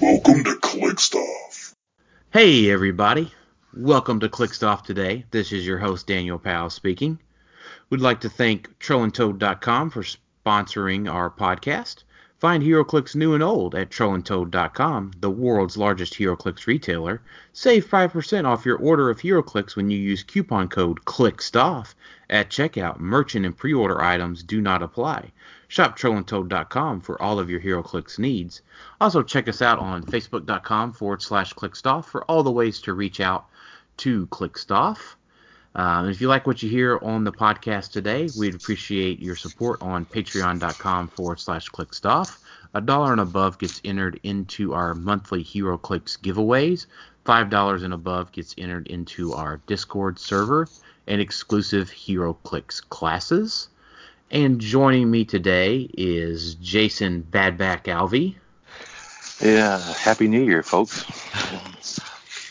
Welcome to ClickStuff. Hey, everybody. Welcome to ClickStuff today. This is your host, Daniel Powell, speaking. We'd like to thank TrollandToad.com for sponsoring our podcast. Find HeroClix new and old at TrollandToad.com, the world's largest HeroClix retailer. Save 5% off your order of HeroClix when you use coupon code ClickStuff at checkout. Merchant and pre order items do not apply. Shop TrollandToad.com for all of your HeroClix needs. Also, check us out on facebook.com forward slash clickstoff for all the ways to reach out to clickstoff. Um, if you like what you hear on the podcast today, we'd appreciate your support on patreon.com forward slash clickstoff. A dollar and above gets entered into our monthly Hero Clicks giveaways. Five dollars and above gets entered into our Discord server and exclusive Hero Clicks classes. And joining me today is Jason Badback Alvey Yeah, happy new year, folks.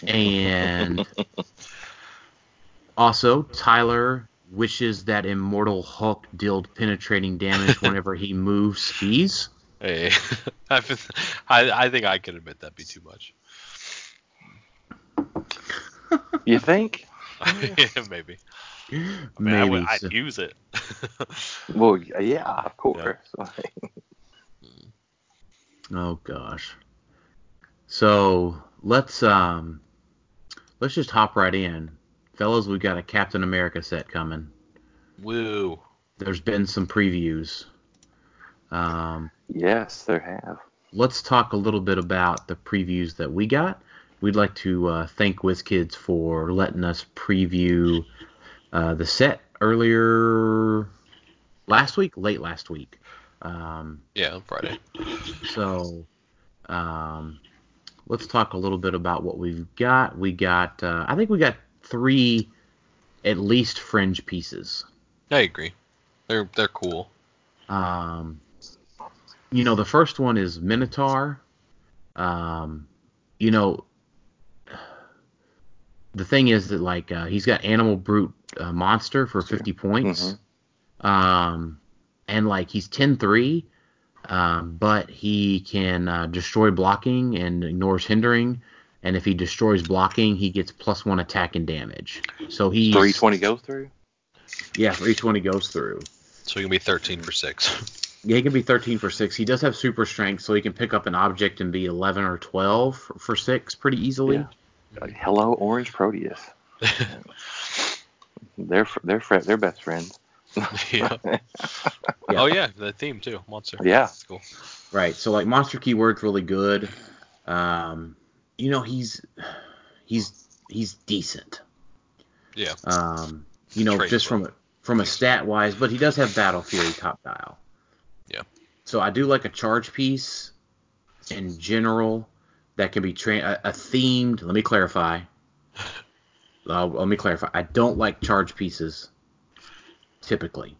and also Tyler wishes that immortal Hulk dealt penetrating damage whenever he moves skis. Hey, I, I think I can admit that'd be too much. You think? Maybe. I mean, I Maybe. would, so- I'd use it. Well, yeah, of course. Oh gosh. So let's um let's just hop right in. Fellas, we got a Captain America set coming. Woo. There's been some previews. Um yes, there have. let's talk a little bit about the previews that we got. We'd like to uh, thank WizKids for letting us preview uh, the set earlier last week, late last week. Um, Yeah, on Friday. so um, let's talk a little bit about what we've got. We got, uh, I think we got three at least fringe pieces. I agree. They're they're cool. Um, you know, the first one is Minotaur. Um, you know, the thing is that like uh, he's got Animal Brute uh, Monster for 50 points. Um, and like he's 10-3, um, but he can uh, destroy blocking and ignores hindering. And if he destroys blocking, he gets plus one attack and damage. So he's 320 go through? Yeah, 320 goes through. So you can be 13 for 6. Yeah, he can be 13 for 6. He does have super strength, so he can pick up an object and be 11 or 12 for- for 6 pretty easily. Yeah. Like, hello, Orange Proteus. They're fr- they're fr- they're best friends. yeah. Oh, yeah, the theme too. Monster. Yeah. That's cool. Right. So like monster keyword's really good. Um, you know, he's he's he's decent. Yeah. Um, you know, Trade just from a, from a stat wise, but he does have battle fury top dial. Yeah. So I do like a charge piece in general that can be tra- a, a themed. Let me clarify. Uh, let me clarify. I don't like charge pieces typically,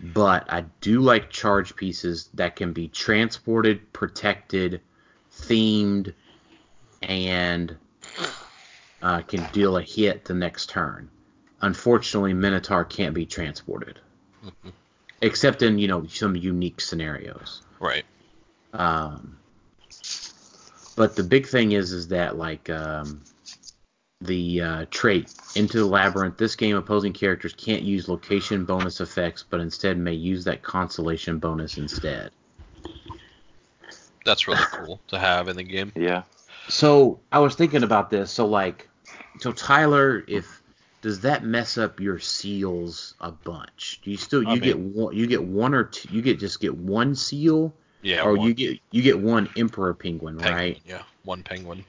but I do like charge pieces that can be transported, protected, themed, and uh, can deal a hit the next turn. Unfortunately, Minotaur can't be transported, except in you know some unique scenarios. Right. Um, but the big thing is is that like um, the uh, trait into the labyrinth. This game, opposing characters can't use location bonus effects, but instead may use that consolation bonus instead. That's really cool to have in the game. Yeah. So I was thinking about this. So like, so Tyler, if does that mess up your seals a bunch? Do you still you I get one? You get one or two? You get just get one seal, Yeah. or one you get you get one emperor penguin, penguin. Oh, right? Yeah. One penguin.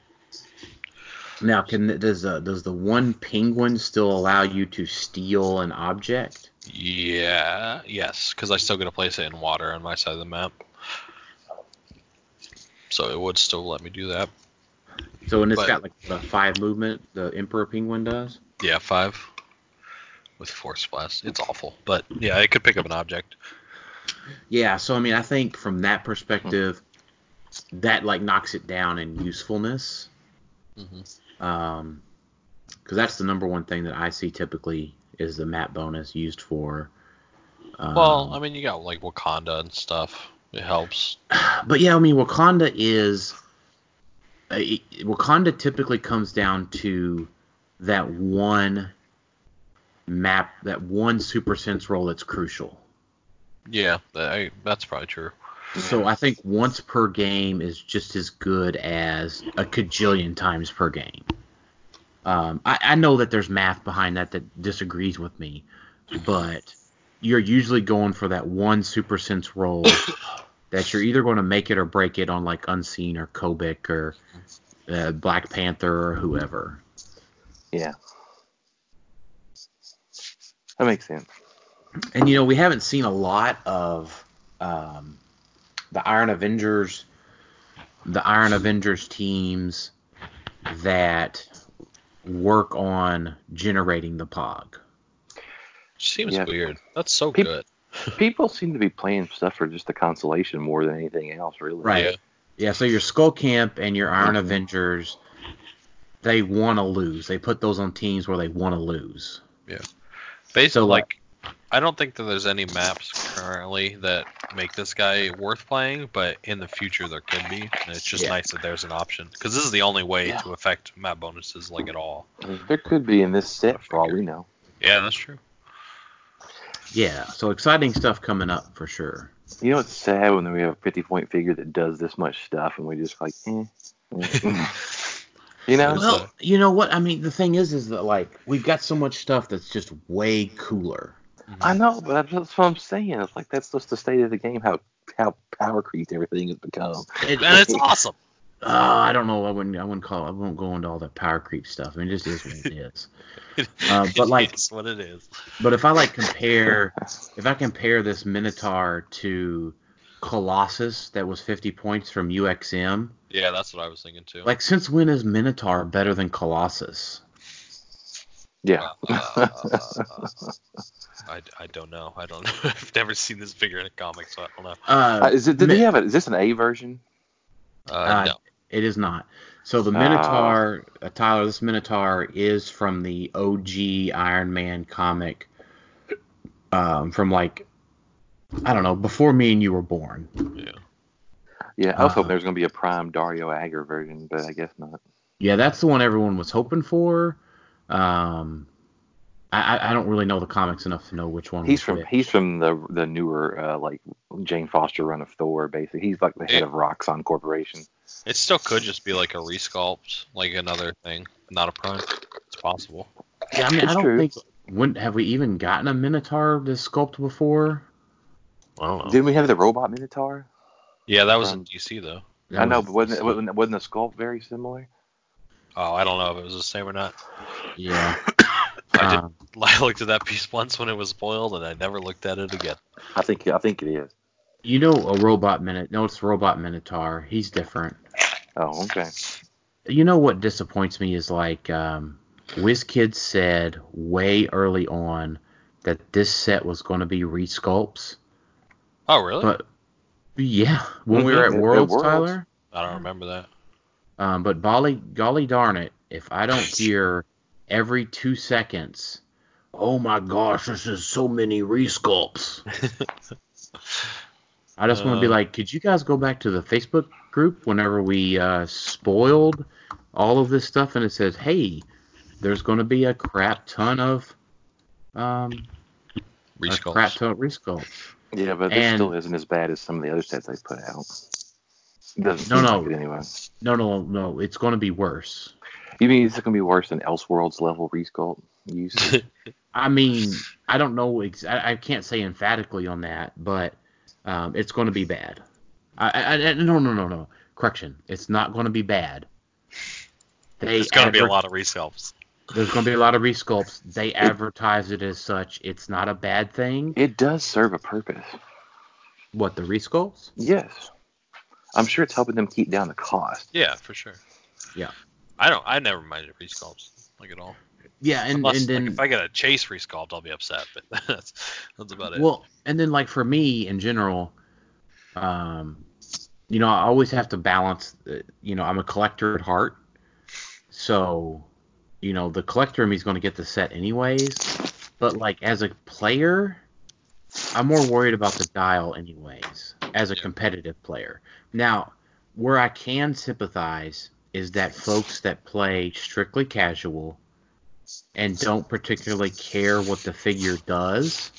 Now, can does uh, does the one penguin still allow you to steal an object? Yeah. Yes, because I still got to place it in water on my side of the map. So it would still let me do that. So, and it's But- got like the five movement the emperor penguin does. Yeah, five with force blast. It's awful, but yeah, it could pick up an object. Yeah. So, I mean, I think from that perspective, that like knocks it down in usefulness. Mm-hmm. Um 'cause because that's the number one thing that I see typically is the map bonus used for. Um, Well, I mean, you got like Wakanda and stuff. It helps. but yeah, I mean, Wakanda is uh, it- Wakanda typically comes down to that one map, that one super sense roll that's crucial. Yeah, that- I, that's probably true. So I think once per game is just as good as a cajillion times per game. Um, I, I know that there's math behind that that disagrees with me, but you're usually going for that one super sense roll that you're either going to make it or break it on like Unseen or Kobik or uh, Black Panther or whoever. Yeah. That makes sense. And you know we haven't seen a lot of um, the Iron Avengers, the Iron Avengers teams that work on generating the Pog. Seems Yeah. weird. That's so Peop- good. People seem to be playing stuff for just the consolation more than anything else, really. Right. Yeah. Yeah, so your Skull Camp and your Iron Avengers, they want to lose. They put those on teams where they want to lose. Basically, So, like- like, I don't think that there's any maps currently that make this guy worth playing, but in the future there could be. And it's just Yeah. nice that there's an option because this is the only way Yeah. to affect map bonuses like at all. There could be in this set, for all we know. Yeah, that's true. Yeah, so exciting stuff coming up for sure. You know, it's sad when we have a 50 point figure that does this much stuff and we just like, eh. eh. you know? Well- Well, you know what? I mean, the thing is, is that like we've got so much stuff that's just way cooler. I know, but that's- that's what I'm saying. It's like, that's just the state of the game, how how power creeped everything has become. It- And it's awesome. Uh, I don't know. I wouldn't. I wouldn't call. I won't go into all that power creep stuff. I mean, it just is what it is. Uh, but, like- it's what it is. But if I like compare, if I compare this Minotaur to Colossus, that was 50 points from UXM. Yeah, that's what I was thinking too. Like, since when is Minotaur better than Colossus? Yeah. Uh, I, I don't know. I don't know. I've never seen this figure in a comic, so I don't know. Uh, Uh, is it, did Mi- they have a, is this an A version? Uh, Uh, no. It is not. So the Ah. Minotaur, uh, Tyler, this Minotaur is from the OG Iron Man comic, um, from like, I don't know, before me and you were born. Yeah. Yeah, I was Uh, hoping there was going to be a prime Dario Agger version, but I guess not. Yeah, that's the one everyone was hoping for. Um, I, I- I don't really know the comics enough to know which one. He's was from which. he's from the the newer uh, like Jane Foster run of Thor basically. He's like the head of Roxxon Corporation. It still could just be like a resculpt, like another thing, not a prime. It's possible. Yeah, I mean, I It's don't true. think. When have we even gotten a Minotaur to sculpt before? I don't Oh. know. Didn't we have the robot Minotaur? yeah, that was in DC though. That I know, was- but wasn't it, wasn't, wasn't the sculpt very similar? Oh, I don't know if it was the same or not. Yeah. I Um, I looked at that piece once when it was spoiled, and I never looked at it again. I think I think it is. you know, a robot minute. No, it's robot Minotaur. He's different. Oh, okay. you know what disappoints me is like um, WizKid said way early on that this set was going to be resculpts, Oh, really? but yeah, when we Mhm. were at At- at Worlds, Worlds. Tyler. I don't remember that. Um, but golly, golly darn it, if I don't hear every two seconds, oh my gosh, this is so many resculpts. I just want to be Uh. like, could you guys go back to the Facebook group whenever we uh, spoiled all of this stuff and it says, hey, there's going to be a crap ton of um, a crap Resculpts. ton of resculpts. Yeah, but And- it still isn't as bad as some of the other sets they put out. Doesn't No, seem no. like it anyway. No, no, no, it's going to be worse. You mean it's gonna be worse than Elseworlds level resculpt use? I mean, I don't know. Ex- I, I can't say emphatically on that, but um, it's going to be bad. I, I, I, no, no, no, no. Correction. It's not going to be bad. They There's gonna be a adver- lot of resculpts. There's going to be a lot of resculpts. They advertise it as such. It's not a bad thing. It does serve a purpose. What the resculpts? Yes. I'm sure it's helping them keep down the cost. Yeah, for sure. Yeah. I don't. I never minded resculpts like at all. Yeah, and, Plus, and then like, if I get a chase resculpt, I'll be upset. But that's that's about it. Well, and then like for me in general, um, you know, I always have to balance. uh, You know, I'm a collector at heart, so you know the collector in me is going to get the set anyways. But like as a player, I'm more worried about the dial anyways. As a Yeah. competitive player, now where I can sympathize is that folks that play strictly casual and don't particularly care what the figure does.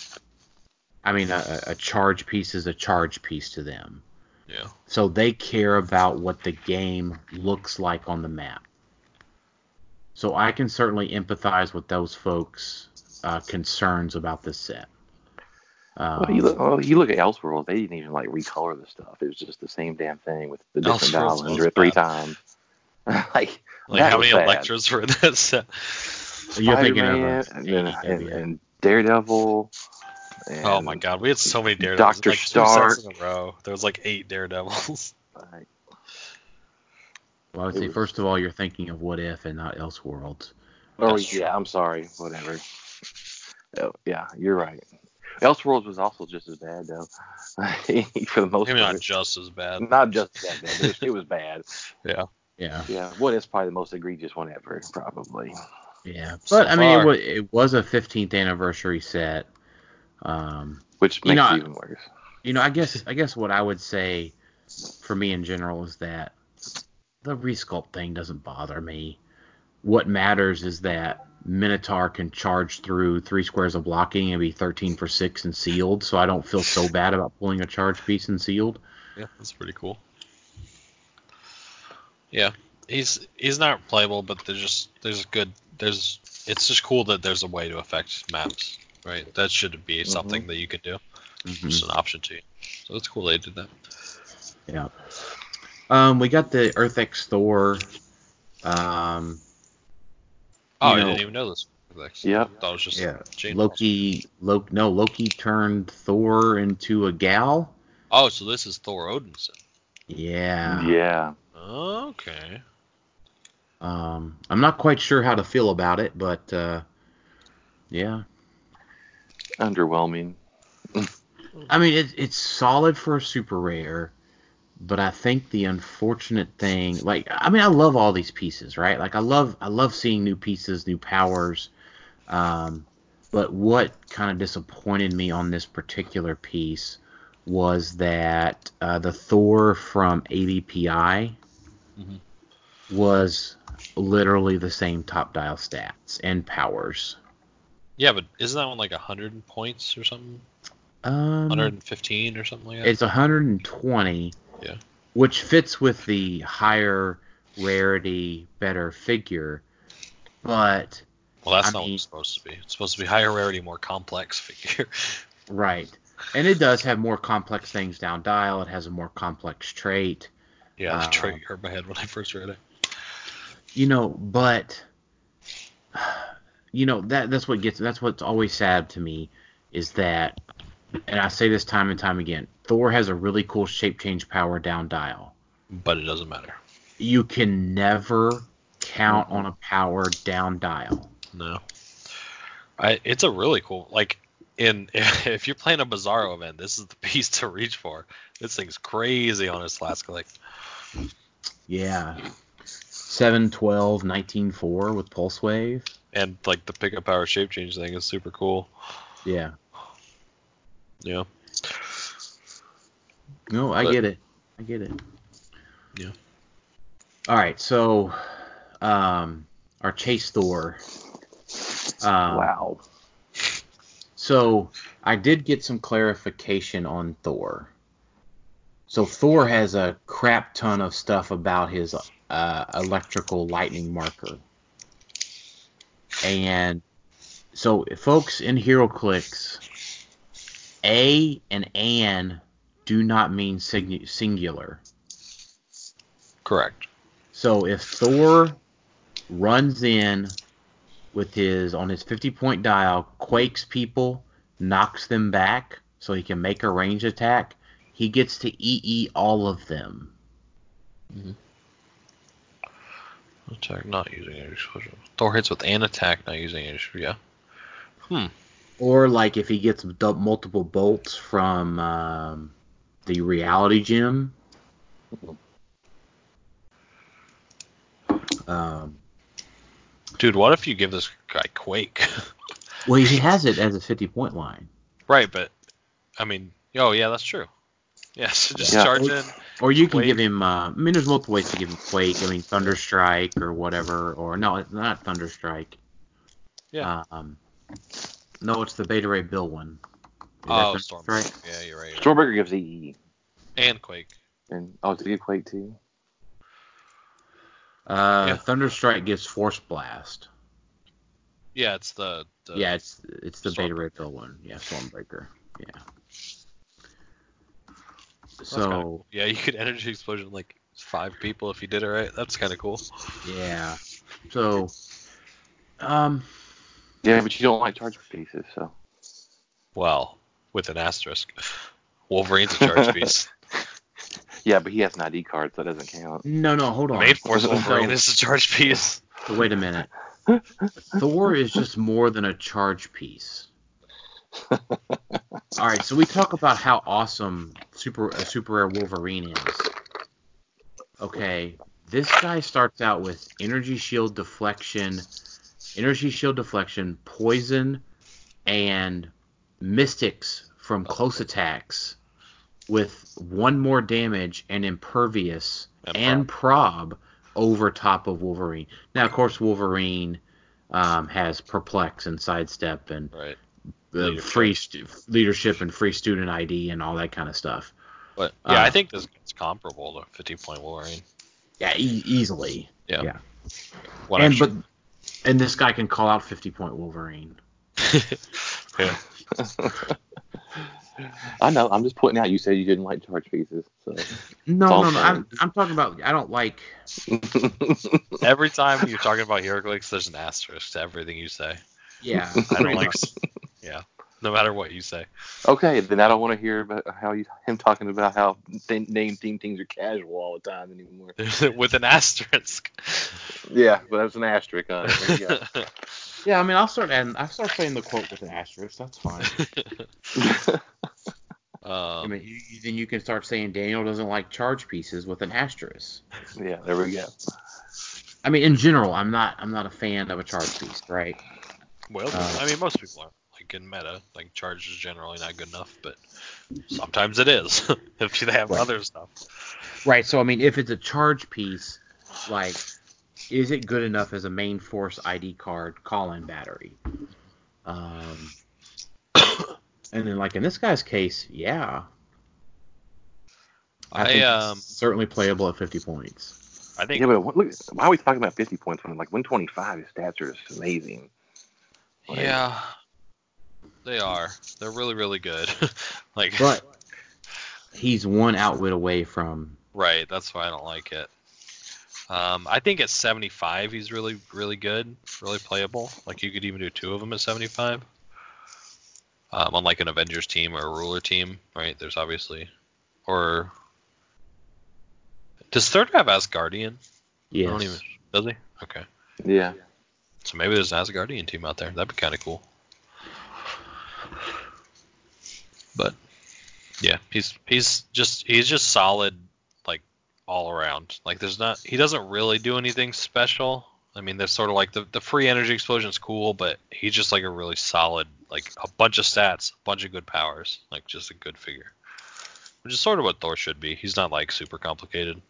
I mean, a, a charge piece is a charge piece to them. yeah. So they care about what the game looks like on the map. So I can certainly empathize with those folks' uh, concerns about this set. Um, Well, you look, well, you look at Elseworlds, they didn't even like recolor the stuff. It was just the same damn thing with the different Elseworlds dials was under it three bad. times. like, Like that how was many bad. electors were in that set? Um, you're thinking of Spider-Man a and, then- and, AEW. and Daredevil. And, oh my god, we had so many daredevils. Dr. like two sets Stark. in a row. There was like eight daredevils. like, Well, I would it say was- first of all, you're thinking of What If and not Elseworlds. Oh That's true. yeah, I'm sorry. Whatever. Oh, yeah, you're right. Elseworlds was also just as bad though, for the most Maybe part. not just as bad. Not just that bad. It was, it was bad. Yeah, Yeah, what is probably the most egregious one ever, probably. yeah. But So I mean, it far. was, it was a 15th anniversary set. Um, Which You makes know, it even worse. You know, I guess I guess what I would say for me in general is that the resculpt thing doesn't bother me. What matters is that Minotaur can charge through three squares of blocking and be thirteen for six and sealed, so I don't feel so bad about pulling a charge piece and sealed. Yeah, that's pretty cool. Yeah, he's he's not playable, but there's just there's good there's it's just cool that there's a way to affect maps, right? That should be something that you could do, just an option to you. So it's cool they did that. Yeah. Um, we got the Earth X Thor. Um, Oh, You I know- didn't even know this. Next. Yep. That was just Yeah, Jane Loki. Loki. No, Loki turned Thor into a gal. Oh, so this is Thor Odinson. Yeah. yeah. Okay. Um, I'm not quite sure how to feel about it, but uh, yeah, Underwhelming. I mean it, it's solid for a super rare, but I think the unfortunate thing, like, I mean, I love all these pieces, right? Like, I love I love seeing new pieces, new powers. Um, but what kind of disappointed me on this particular piece was that uh, the Thor from ABPI Mhm. was literally the same top dial stats and powers. Yeah, but isn't that one like 100 points or something? Um, 115 or something like that? it's 120. Yeah. Which fits with the higher rarity, better figure. But well, that's I not what mean- it's supposed to be. It's supposed to be higher rarity, more complex figure. right, and it does have more complex things down dial. It has a more complex trait. yeah, the Uh, trait hurt my head when I first read it. you know but you know that that's what gets that's what's always sad to me is that and i say this time and time again thor has a really cool shape change power down dial But it doesn't matter. you can never count on a power down dial No. I, it's a really cool like in if you're playing a Bizarro event, this is the piece to reach for. This thing's crazy on its last click. yeah 7 12 19 4 with pulse wave And like the pickup power shape change thing is super cool. yeah Yeah. No, I But- get it. I get it. Yeah. All right, so um, our chase Thor. Um, wow. So I did get some clarification on Thor. So Thor has a crap ton of stuff about his uh, electrical lightning marker, and so folks in HeroClix, a and an do not mean sing- singular. Correct. So if Thor runs in with his on his 50 point dial, quakes people, knocks them back so he can make a range attack. He gets to EE all of them. Attack not using any special. Thor hits with an attack not using any special. Yeah. Hmm. Or like if he gets du- multiple bolts from um, the reality gym. Um, Dude, what if you give this guy Quake? well, he has it as a 50 point line. right, but I mean, oh yeah, that's true. Yeah, so just Yeah. charge in. Or you can Quake. give him. Uh, I mean, there's multiple ways to give him Quake. I mean, Thunderstrike or whatever. Or no, it's not Thunderstrike. Yeah. Um, no, it's the Beta Ray Bill one. Is that Oh, Thunderstrike? storm. Yeah, you're right. you're right. Stormbreaker gives EE. And Quake. And oh, did he give Quake too? Uh, Yeah. Thunderstrike gives Force Blast. Yeah, it's the, the yeah, it's it's the Beta Stormbreaker. Ray Bill one. Yeah, Stormbreaker. Yeah. that's kinda So cool. yeah, you could energy explosion like five people if you did it right. That's kind of cool. yeah, so um, Yeah, but you don't like charge pieces, so. Well, with an asterisk. Wolverine's a charge piece. Yeah, but he has an ID card, so it doesn't count. no, no, hold on. Main Force So- Wolverine is a charge piece. So wait a minute. Thor is just more than a charge piece. All right, so we talk about how awesome super uh, super rare Wolverine is. Okay, this guy starts out with energy shield deflection, energy shield deflection, poison, and mystics from close attacks with one more damage and impervious And and prob over top of Wolverine. Now, of course, Wolverine um, has perplex and sidestep and Right. the Leadership. free stu- leadership and free student ID and all that kind of stuff. But yeah, Uh, I think this it's comparable to 50 point Wolverine. Yeah, e- easily. Yeah. Yeah. One and extra- but and this guy can call out 50 point Wolverine. yeah. I know, I'm just pointing out you said you didn't like charge pieces, so. No, It's all no, no. I'm, fine. I'm talking about. I don't like. Every time you're talking about Heraclix, there's an asterisk to everything you say. Yeah. I don't like. Yeah. No matter what you say. okay, then I don't want to hear about how you, him talking about how th- name theme things are casual all the time anymore. With an asterisk. Yeah, but that's an asterisk on it. There you go. Yeah, I mean, I'll start adding. I'll start saying the quote with an asterisk. That's fine. I um, mean, you, you- then you can start saying Daniel doesn't like charge pieces with an asterisk. yeah, there we go. I mean, in general, I'm not. I'm not a fan of a charge piece, right? well, uh, I mean, most people aren't. Like in meta, like charge is generally not good enough, but sometimes it is if they have Right. other stuff. Right. So I mean, if it's a charge piece, like, is it good enough as a main force ID card call-in battery? Um, and then like in this guy's case, yeah, I, I think it's um, certainly playable at 50 points. I think Yeah, but what, look, why are we talking about 50 points when like 125 his stats are just amazing? Like, Yeah. They are. They're really, really good. like But he's one outwit away from. right, that's why I don't like it. Um, I think at 75 he's really, really good, really playable. Like you could even do two of them at 75. Um, on like an Avengers team or a ruler team, right? There's obviously, or does third have Asgardian? Yes. I don't even. Does he? Okay. Yeah. So maybe there's an Asgardian team out there. That'd be kind of cool. But yeah, he's he's just he's just solid like all around. Like there's not he doesn't really do anything special. I mean, there's sort of like the, the free energy explosion's cool, but he's just like a really solid like a bunch of stats, a bunch of good powers, like just a good figure. Which is sort of what Thor should be. He's not like super complicated.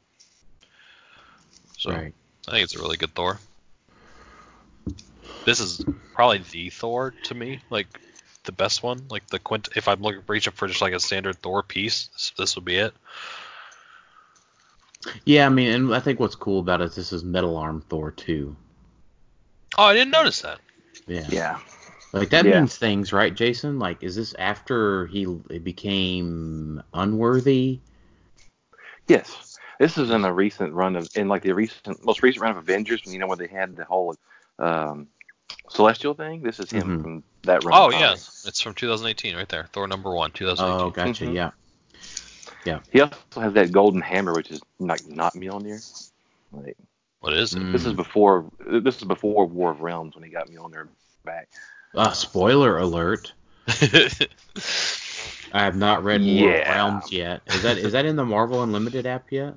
So Right. I think it's a really good Thor. This is probably the Thor to me, like the best one, like the quint. If I'm looking reaching for just like a standard Thor piece, this, this would be it. Yeah, I mean, and I think what's cool about it is this is Metal Arm Thor too. Oh, I didn't notice that. Yeah. Yeah. Like that Yeah. means things, right, Jason? Like, is this after he became unworthy? Yes. This is in a recent run of, in like the recent, most recent run of Avengers, when you know when they had the whole um, celestial thing. This is him Mhm. from that run. Oh of yeah, comics. it's from 2018 right there. Thor number one, 2018. Oh, gotcha. Mhm. Yeah. He also has that golden hammer, which is like not Mjolnir. Like What is it? Mm. this is before this is before War of Realms when he got Mjolnir back. Uh, spoiler alert. Mm. I have not read War of Yeah. Realms yet. Is that is that in the Marvel Unlimited app yet?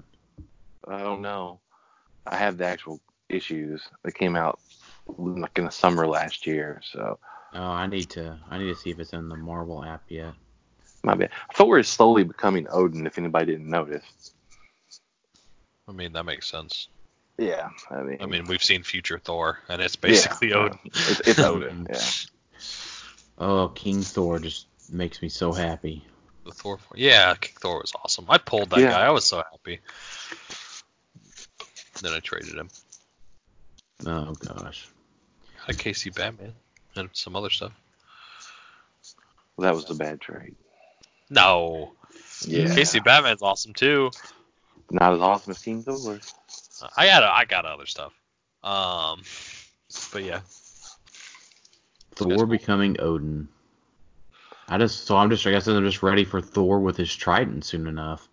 I don't know. I have the actual issues that came out like in the summer last year, so Oh, I need to I need to see if it's in the Marvel app yet. my bad. Thor is slowly becoming Odin, if anybody didn't notice. I mean that makes sense. Yeah, I mean, I mean we've seen future Thor, and it's yeah, basically yeah. Odin. It's, it's Odin. Yeah. Oh, King Thor just makes me so happy. The Thor. Yeah, King Thor was awesome. I pulled that Yeah. guy. I was so happy. Then I traded him. Oh gosh. I had Casey Batman and some other stuff. Well, that was a bad trade. No, Yeah. Casey Batman's awesome too. Not as awesome as King Thor. I got I got other stuff. Um, but yeah, Thor That's cool. becoming Odin. I just so I'm just I guess I'm just ready for Thor with his trident soon enough.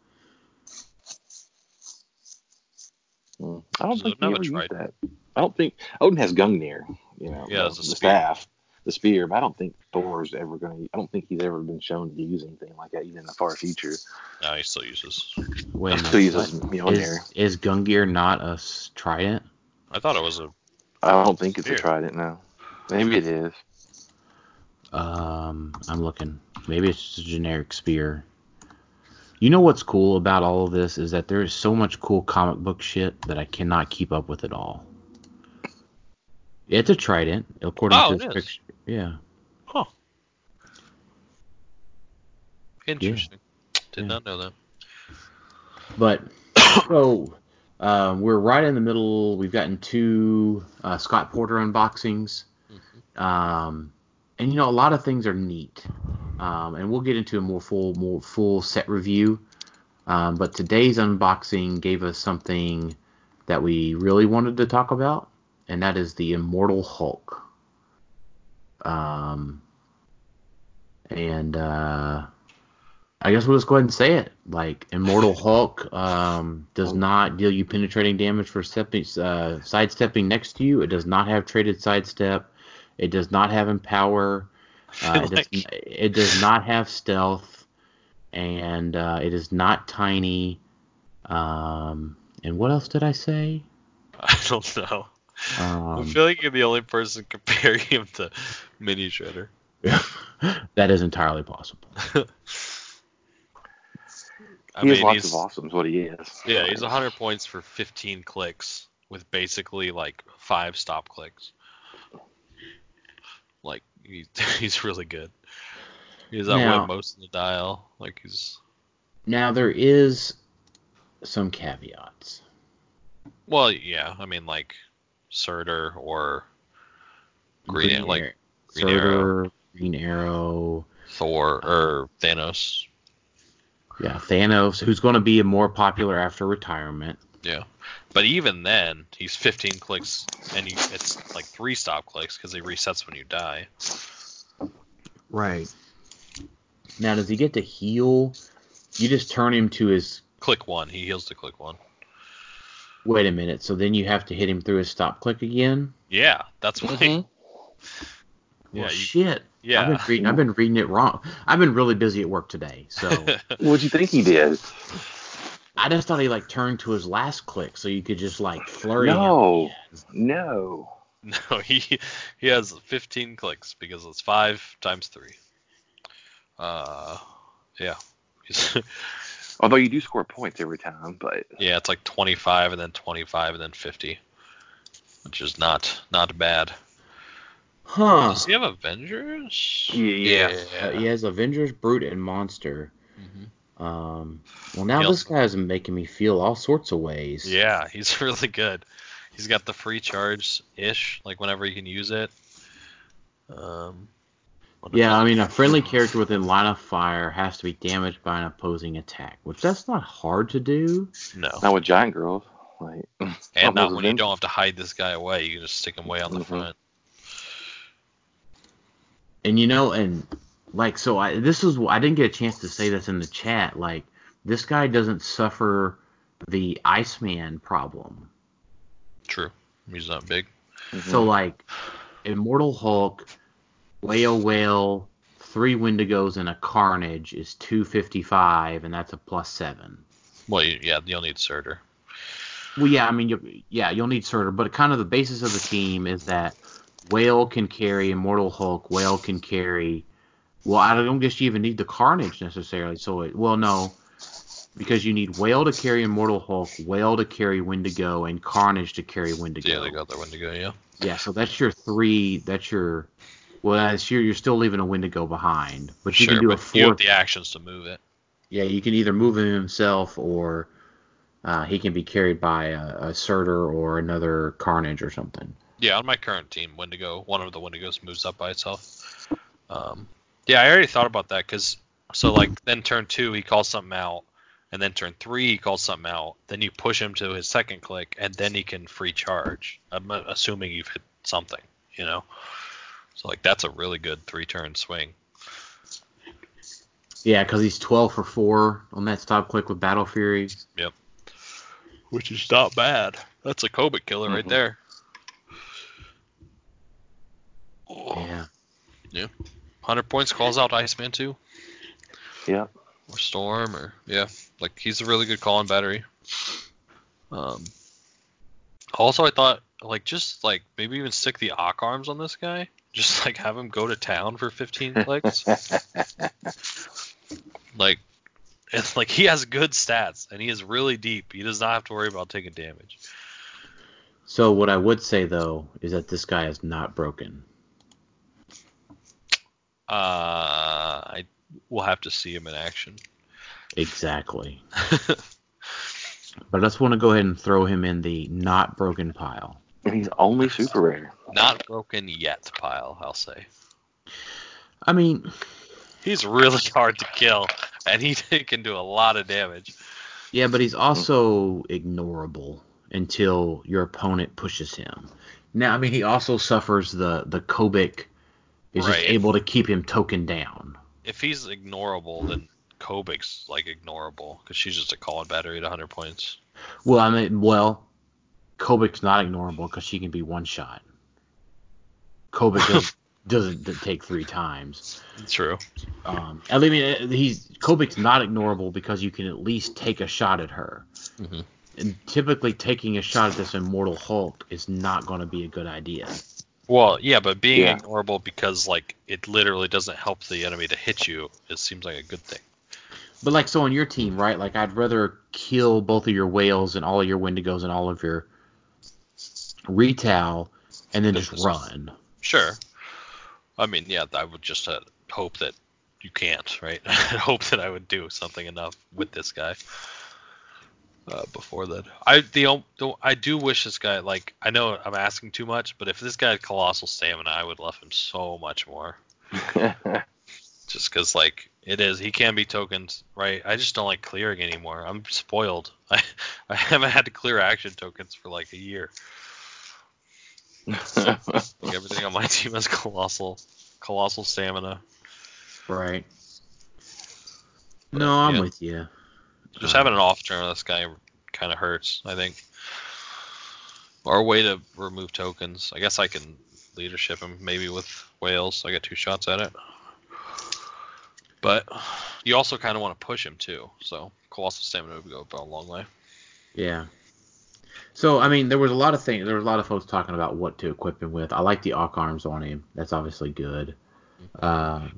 Mm. I don't So think he another ever used trident. that. I don't think Odin has Gungnir, you know, Yeah, the, it's a the spear. staff, the spear, but I don't think Thor's ever going to. I don't think he's ever been shown to use anything like that, even in the far future. no, he still uses. Wait, He a still minute, uses what? Mjolnir. is, is Gungir not a s- trident? I thought it was a. I don't think it's Spear. a trident now. Maybe it is. Um, I'm looking. Maybe it's just a generic spear. You know what's cool about all of this is that there is so much cool comic book shit that I cannot keep up with it all. It's a trident, according Oh, to it this is. picture. Yeah. Huh. Interesting. Did Yeah. not know that. But so um, we're right in the middle. We've gotten two uh, Scott Porter unboxings, um, and you know a lot of things are neat. Um, and we'll get into a more full, more full set review. Um, but today's unboxing gave us something that we really wanted to talk about, and that is the Immortal Hulk. Um, and uh, I guess we'll just go ahead and say it. Like Immortal Hulk um, does not deal you penetrating damage for stepping, uh, sidestepping next to you. It does not have traded sidestep. It does not have empower. Uh, it, does, Like- it does not have stealth, and uh, it is not tiny. Um, and what else did I say? I don't know. I Um, feel like you're the only person comparing him to Mini Shredder. that is entirely possible. I he has mean, lots he's of awesome. Is what he is. yeah, he's 100 points for 15 clicks with basically like five stop clicks. Like he, he's really good. He's Now- outweighed most of the dial. Like he's Now there is some caveats. well, yeah. I mean, like Surtur or Green, Arrow, like Arrow- Green Surtur, Arrow. Green Arrow, Thor or Thanos. yeah, Thanos, who's going to be more popular after retirement. Yeah, but even then, he's 15 clicks, and you, it's like three stop clicks because he resets when you die. Right. Now, does he get to heal? You just turn him to his. Click one, he heals to click one. Wait a minute. So then you have to hit him through his stop click again. Yeah, that's why. Mhm. Yeah, well, you- shit. I've Yeah, been, reading, I've been reading it wrong. I've been really busy at work today, so What'd you think he did? I just thought he like turned to his last click, so you could just like flurry No. him. No. no, he he has 15 clicks because it's five times three. Uh, yeah, He's- Although you do score points every time, but yeah, it's like 25 and then 25 and then 50, which is not not bad. Huh? Does he have Avengers? Yeah, yeah. Uh, he has Avengers, Brute, and Monster. Mhm. Um, well, now He this guy's making me feel all sorts of ways. Yeah, he's really good. He's got the free charge ish, like whenever you can use it. Um, Yeah, I mean, a friendly character within line of fire has to be damaged by an opposing attack, which that's not hard to do. No. Not with giant girls. Like, And not not with when you them. don't have to hide this guy away. You can just stick him way on the Mhm. Mm-hmm. front. And you know, and like, so I this is I didn't get a chance to say this in the chat. Like, this guy doesn't suffer the Iceman problem. True. He's not big. So Hmm. like, Immortal Hulk, Whale Whale, three Wendigos, and a Carnage is two fifty five, and that's a plus seven. Well, you, yeah, you'll need Surtur. Well, yeah, I mean, you, yeah, you'll need Surtur, but kind of the basis of the team is that Whale can carry Immortal Hulk. Whale can carry. Well, I don't guess you even need the Carnage necessarily. So, it, well, no, because you need Whale to carry Immortal Hulk, Whale to carry Wendigo, and Carnage to carry Wendigo. Yeah, they got their Wendigo, yeah. Yeah, so that's your three. That's your. Well, that's your. You're still leaving a Wendigo behind, but you sure, can do a but you have fourth. the actions to move it. Yeah, you can either move him himself or uh, he can be carried by a, a Surtur or another Carnage or something. Yeah, on my current team, Wendigo, one of the Wendigos moves up by itself. Um, yeah, I already thought about that because so like then turn two he calls something out, and then turn three he calls something out. Then you push him to his second click, and then he can free charge. I'm uh, assuming you've hit something, you know. So like that's a really good three turn swing. Yeah, because he's 12 for 4 on that stop click with Battle Fury. which is not bad. That's a Kobit killer right Mhm. there. Yeah. 100 points calls out Iceman too, Yeah. or Storm, or yeah, like he's a really good call on battery. Um, also, I thought like just like maybe even stick the Ock arms on this guy, just like have him go to town for 15 clicks. like, it's like he has good stats and he is really deep. He does not have to worry about taking damage. So, what I would say, though, is that this guy is not broken. Uh, I will have to see him in action. Exactly. But I just want to go ahead and throw him in the not broken pile. And he's only super rare. Not broken yet, pile. I'll say. I mean, He's really hard to kill, and he can do a lot of damage. yeah, but he's also ignorable until your opponent pushes him. Now, I mean, he also suffers the, the Kobik is just Right. able to keep him token down. If he's ignorable, then Kobik's like ignorable because she's just a call and battery at 100 points. Well, I mean, well, Kobik's not ignorable because she can be one shot. Kobik does, doesn't d- take three times. True. Um, I mean, uh, he's Kobik's not ignorable because you can at least take a shot at her. Mhm. And typically, taking a shot at this immortal Hulk is not going to be a good idea. Well, yeah, but being Yeah. ignorable because like it literally doesn't help the enemy to hit you. It seems like a good thing. But like, so on your team, right? Like, I'd rather kill both of your whales and all of your Wendigos and all of your retail, and then just Businesses. run. Sure. I mean, yeah, I would just uh, hope that you can't, right? I hope that I would do something enough with this guy uh, before that. I the, on- the I do wish this guy like I know I'm asking too much, but if this guy had colossal stamina, I would love him so much more. Just because like it is, he can be tokens, right? I just don't like clearing anymore. I'm spoiled. I I haven't had to clear action tokens for like a year. Like everything on my team has colossal colossal stamina. Right. No, I'm yeah. with you. Just Uh, having an off turn on this guy kind of hurts, I think. Or a way to remove tokens. I guess I can leadership him maybe with whales. I got two shots at it. But you also kind of want to push him too. So colossal stamina would go about a long way. Yeah. So I mean, there was a lot of things. There was a lot of folks talking about what to equip him with. I like the Ock arms on him. That's obviously good. Uh,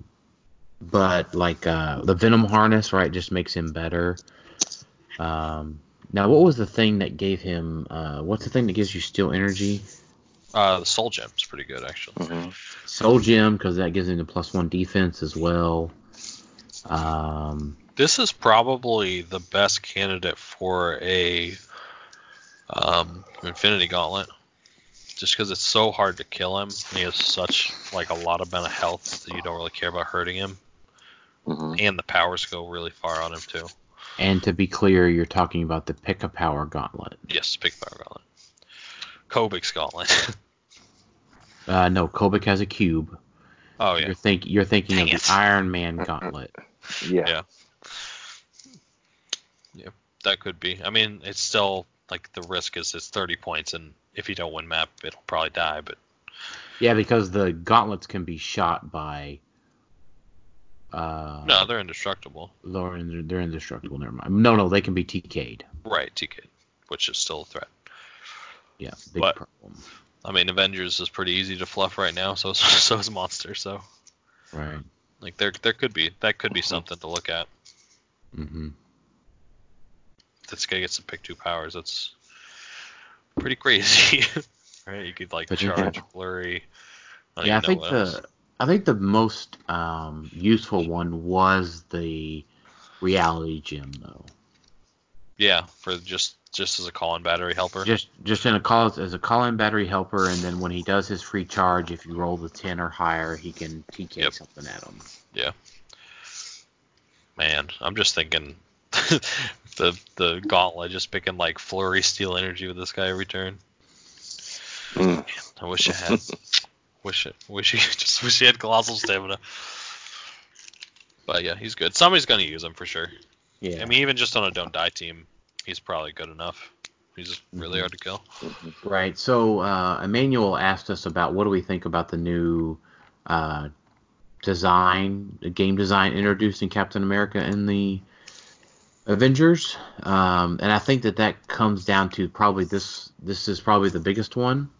but like uh, the Venom harness, right, just makes him better. Um, now, what was the thing that gave him? Uh, what's the thing that gives you steel energy? Uh, the soul gem's pretty good actually. Mhm. Soul Gem, because that gives him the plus one defense as well. Um, This is probably the best candidate for a um, Infinity Gauntlet. just because it's so hard to kill him. And he has such like a lot of mental health that you don't really care about hurting him, hmm and the powers go really far on him too. And to be clear, you're talking about the pick a power gauntlet. Yes, big power gauntlet, Kobik's gauntlet. Uh, no, Kobik has a cube. oh yeah, You're think you're thinking of Dang it. the Iron Man gauntlet. Yeah. Yeah. that could be. I mean, it's still like the risk is it's 30 points, and if you don't win map, it'll probably die. But Yeah, because the gauntlets can be shot by. Uh, no, they're indestructible. they're, in- they're indestructible. Never mind. No, no, they can be TK'd. Right, TK, which is still a threat. Yeah, big But- problem. I mean, Avengers is pretty easy to fluff right now. So so is Monster. So Right. like there there could be that could be something to look at. Mm-hmm. This guy gets to pick two powers. That's pretty crazy. right? You could like But you charge blurry. don't yeah, I even know think what else. the I think the most um, useful one was the reality gym though. yeah for just just as a call-in battery helper. Just just in a call as a call-in battery helper, and then when he does his free charge, if you roll the ten or higher, he can TK Yep. something at him. Man, I'm just thinking the the gauntlet just picking like flurry steel energy with this guy every turn. Mm. I wish I had. wish it. Wish he just wish he had colossal stamina. But yeah, he's good. Somebody's gonna use him for sure. Yeah. I mean, even just on a don't die team, he's probably good enough. He's just really Mhm. hard to kill. Right. So uh, Emmanuel asked us about what do we think about the new uh, design, the game design introduced in Captain America and the Avengers, um, and I think that that comes down to probably this. This is probably the biggest one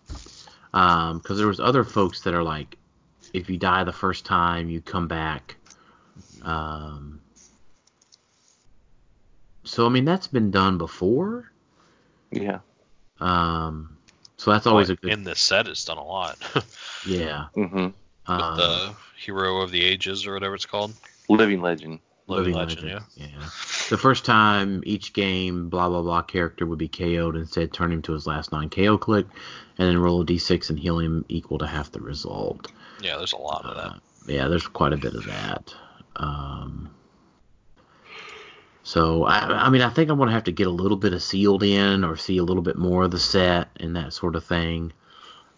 because there was other folks that are like, if you die the first time, you come back. Um, so I mean that's been done before. Yeah. Um, so that's always a But good in this set, it's done a lot. With Yeah. hmm Um, the hero of the ages or whatever it's called, Living legend. Living Legend. Yeah. The first time each game, blah blah blah, character would be KO'd and said turn him to his last non-KO click, and then roll a d6 and heal him equal to half the result. Yeah, yeah. There's a lot of that. Uh, yeah, there's quite a bit of that. Um, so I, I mean, I think I'm gonna have to get a little bit of sealed in or see a little bit more of the set and that sort of thing.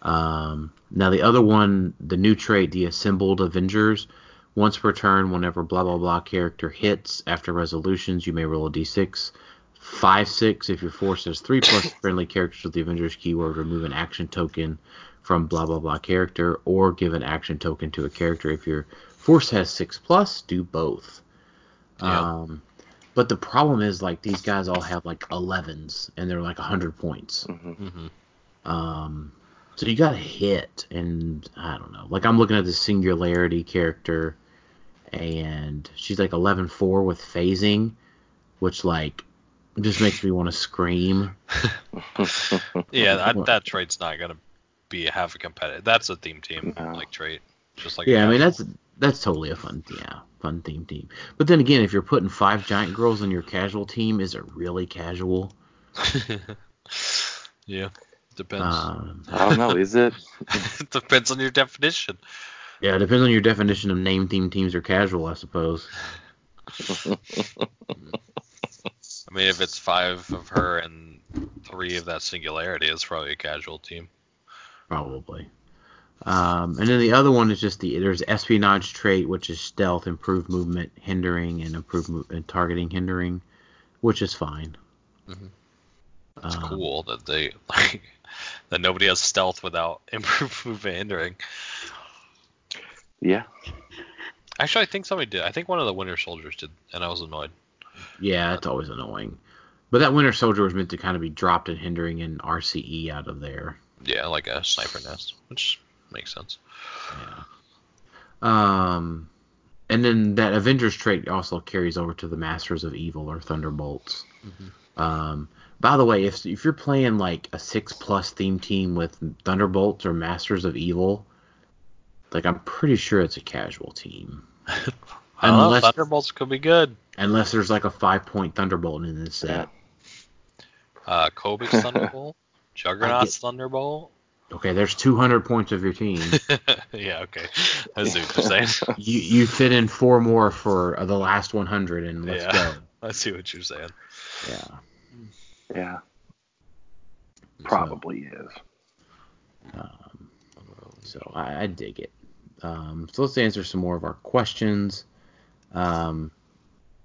Um, now the other one, the new trait, the assembled Avengers. Once per turn, whenever blah blah blah character hits after resolutions, you may roll a d6. 5 6 if your force has 3 plus friendly characters with the Avengers keyword, remove an action token from blah blah blah character or give an action token to a character if your force has six plus do both Yeah. um but the problem is like these guys all have like 11s and they're like 100 points hmm hmm um so you gotta hit and i don't know like i'm looking at the singularity character and she's like 11 4 with phasing which like just makes me want to scream Yeah, that, Well- that trait's not gonna be have a competitive. That's a theme team No. like trait, just like yeah i mean that- that's that's totally a fun yeah fun theme team but then again if you're putting five giant girls on your casual team is it really casual uh, yeah depends. um, I don't know. Is it? depends on your definition. yeah it depends on your definition of name theme teams or casual i suppose I mean, if it's five of her and three of that singularity, it's probably a casual team. probably um, and then the other one is just the there's espionage trait which is stealth improved movement hindering and improved mo- and targeting hindering which is fine Mhm. It's Um, cool that they like that nobody has stealth without improved movement hindering. Yeah. Actually, I think somebody did. I think one of the Winter Soldiers did, and I was annoyed. Yeah, it's always annoying. But that Winter Soldier was meant to kind of be dropped and hindering an RCE out of there. Yeah, like a sniper nest, which makes sense. Yeah. Um, and then that Avengers trait also carries over to the Masters of Evil or Thunderbolts. Mm-hmm. Um, by the way, if if you're playing like a six plus theme team with Thunderbolts or Masters of Evil, like I'm pretty sure it's a casual team, I don't know, Unless- Uh, Thunderbolts could be good. unless there's like a five point Thunderbolt in this set. Uh, Kobik's Thunderbolt, Juggernaut's Thunderbolt. Okay, there's 200 points of your team. yeah, okay. I see what you're saying. you you fit in four more for uh, the last 100, and let's Yeah. go. I see what you're saying. Yeah. Yeah, probably is. So I, I dig it. Um, so let's answer some more of our questions. Um,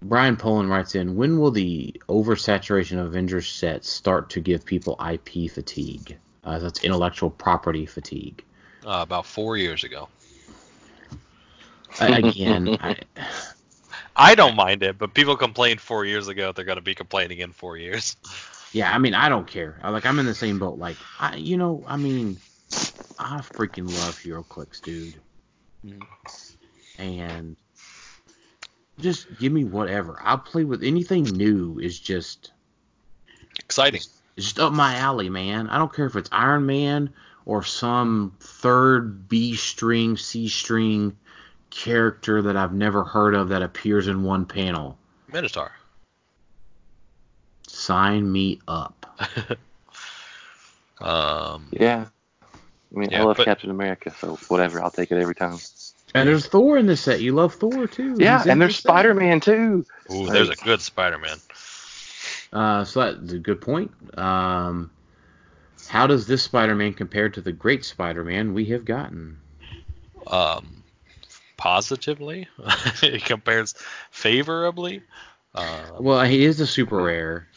Brian Poland writes in, when will the oversaturation of Avengers sets start to give people IP fatigue? Uh, that's intellectual property fatigue. Uh, about four years ago. I- Again, I, I don't mind it, but people complained four years ago. They're gonna be complaining in four years. yeah, I mean, I don't care. I, like, I'm in the same boat. Like, I, you know, I mean, I freaking love Hero Clicks, dude. And just give me whatever. I'll play with anything new. Is just Exciting. It's just up my alley, man. I don't care if it's Iron Man or some third B string, C string character that I've never heard of that appears in one panel. Minotaur. Sign me up. Um, Yeah. I mean, I Yeah, love but- Captain America, so whatever, I'll take it every time. And there's Thor in this set. You love Thor too. Yeah, He's in and there's this set. Spider Man too. ooh, there's a good Spider-Man. Uh, so that's a good point. Um, how does this Spider-Man compare to the Great Spider-Man we have gotten? Um, positively, it compares favorably. Um, Well, he is the super rare.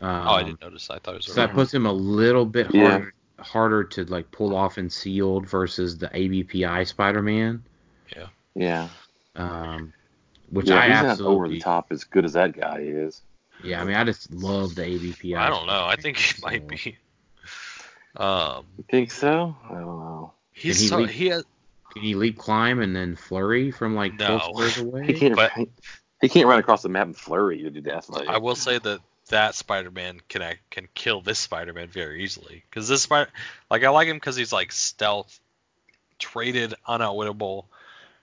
Um, oh, I didn't notice. I thought it was. So A that puts him a little bit Yeah. harder, harder to like pull off and sealed E versus the ABPI Spider-Man, Yeah. um, which yeah, I he's not absolutely over the top as good as that guy is. yeah. I mean, I just love the ABPI. I don't know. I think he might be. Um, You think so? I don't know. he's he so, leak? he has, Can he leap climb and then flurry from like No. twelve squares He away? can't. But- he can't run across the map and flurry to do that. Like, I will say that that Spider-Man can act, can kill this Spider-Man very easily because this Spider like I like him because he's like stealth, traded, unowitable,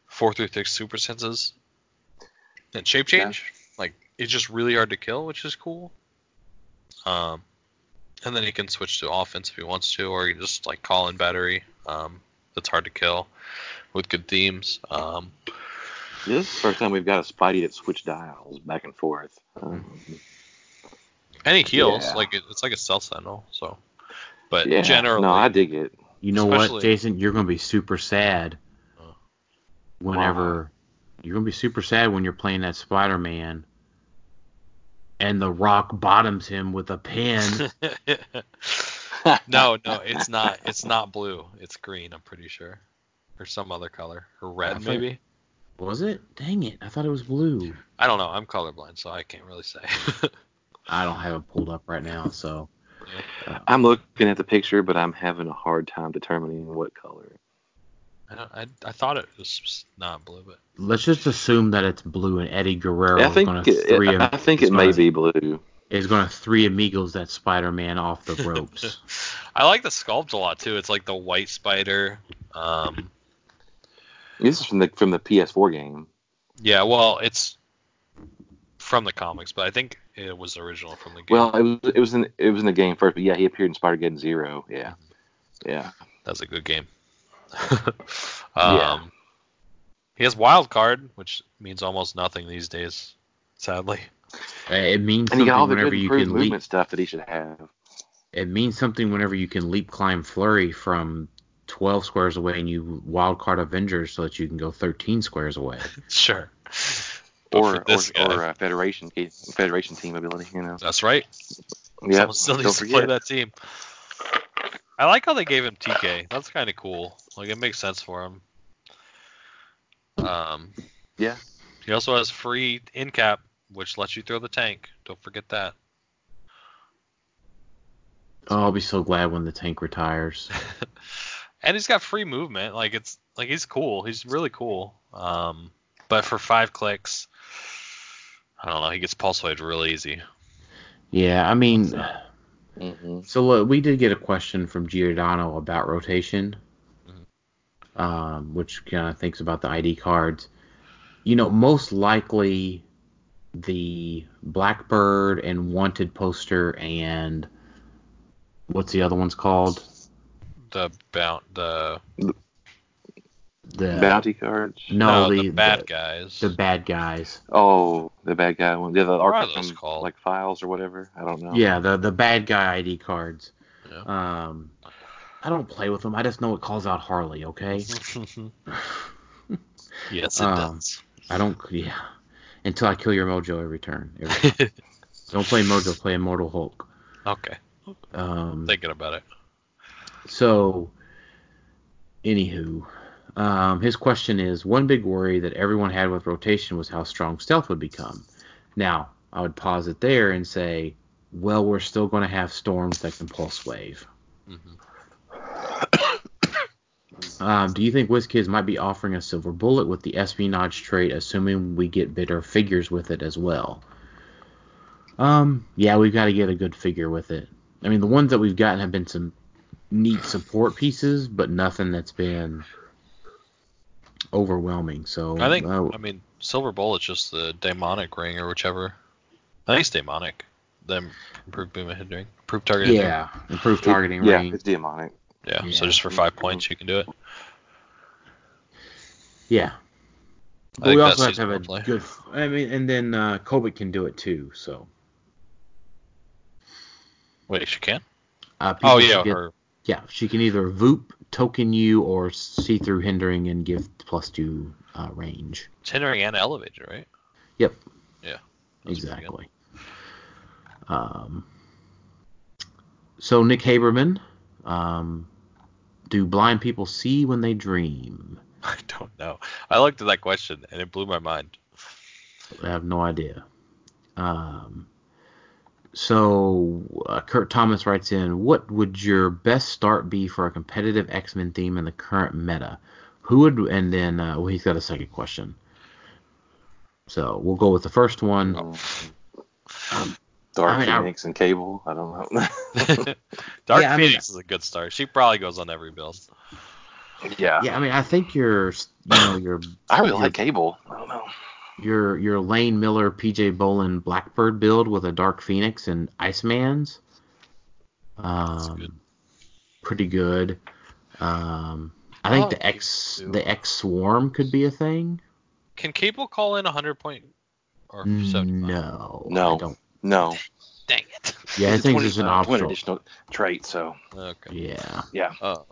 four through six super senses, and shape Yeah. change. Like it's just really hard to kill, which is cool. Um, and then he can switch to offense if he wants to, or he can just like call in battery. Um, that's hard to kill with good themes. Um, this is the first time we've got a Spidey that switched dials back and forth. Um, and he heals Yeah. like it, it's like a stealth sentinel. So, but yeah. generally, no, I dig it. You know what, Especially- Jason? You're gonna be super sad Oh. whenever you're gonna be super sad when you're playing that Spider-Man. And the Rock bottoms him with a pin. no, no, it's not. It's not blue. It's green. I'm pretty sure, or some other color, or I red thought- maybe. Was it? Dang it! I thought it was blue. I don't know. I'm colorblind, so I can't really say. I don't have it pulled up right now, so I'm looking at the picture, but I'm having a hard time determining what color. I, don't, I, I thought it was not blue, but let's just assume that it's blue and Eddie Guerrero I think is going to it, three. I think it may be blue. Is going to three amigos that Spider-Man off the ropes. I like the sculpt a lot too. It's like the white spider. Um, This is from the from the PS4 game. yeah, well, it's from the comics, but I think it was original from the game. Well, it was it was in it was in the game first, but yeah, he appeared in Spider-Man Zero. Yeah, yeah. That's a good game. um, Yeah. He has wild card, which means almost nothing these days, sadly. Uh, it means And he something got all the good whenever you improved can movement leap. stuff that he should have. It means something whenever you can leap, climb, flurry from twelve squares away, and you wildcard Avengers so that you can go thirteen squares away. Sure. But Or for this or, guy- or uh, Federation Federation team ability. You know. That's right. Yeah. Someone still needs to play that team. I like how they gave him TK. That's kind of cool. Like it makes sense for him. Um, Yeah. he also has free in cap, which lets you throw the tank. Don't forget that. Oh, I'll be so glad when the tank retires. and he's got free movement. Like it's like he's cool. He's really cool. Um, but for five clicks, I don't know. He gets pulse wave really easy. Yeah, I mean. hmm So look, we did get a question from Giordano about rotation, Mm-hmm. um, which kind of thinks about the ID cards. You know, most likely the Blackbird and Wanted poster and what's the other one's called? the bound the The Bounty cards. no, the, Oh, the bad guys. the bad guys. Oh, the bad guy one. Yeah, the What are Arkham, those called? like files or whatever. I don't know. Yeah, the the bad guy ID cards. Yeah. Um, I don't play with them. I just know it calls out Harley. Okay. yes, it Um, does. I don't. Yeah. Until I kill your mojo every turn. Every time. don't play mojo. Play Immortal Hulk. Okay, Um, thinking about it. So, anywho, um, his question is one big worry that everyone had with rotation was how strong stealth would become. Now, I would pause it there and say, well, we're still going to have storms that can pulse wave. Mm-hmm. Um, do you think WizKids might be offering a silver bullet with the espionage trait, assuming we get better figures with it as well? Um, yeah, we've got to get a good figure with it. I mean, the ones that we've gotten have been some neat support pieces, but nothing that's been overwhelming. So I think. uh, I mean, silver bullet's just the demonic ring or whichever. I think it's demonic. Them improved movement hit ring, improved target. hit ring. yeah, improved targeting Yeah, range. it's demonic. yeah. So Yeah. just for five points, you can do it. Yeah. I But we think that also have to season have a will play. good. I mean, and then uh, Kobit can do it too. So. Wait, she can. Uh, Oh people yeah, should get- her Yeah, she can either voop, token you, or see through hindering and give plus two uh, range. it's hindering and elevated, right? Yep. Yeah, that's pretty good. Exactly. Um, so Nick Haberman, um, do blind people see when they dream? I don't know. I looked at that question and it blew my mind. I have no idea. Um, so uh, Kurt Thomas writes in, what would your best start be for a competitive X Men theme in the current meta? Who would and then uh, well he's got a second question. So we'll go with the first one. Um, Dark I mean, I- Phoenix and Cable. I don't know. Dark I mean- Phoenix is a good start. She probably goes on every build. yeah. Yeah, I mean I think your you know your I really like Cable. I don't know. your your Lane Miller, PJ Bolin, Blackbird build with a Dark Phoenix and Iceman's. Um, good. Pretty good. Um, I think Oh, the X you do. the X Swarm could be a thing. Can Cable call in a hundred point or seventy? No, No. I don't. No. Dang it. Yeah, I It's a think it's 20 an uh, One optional. additional trait. So Okay. Yeah, yeah. Oh,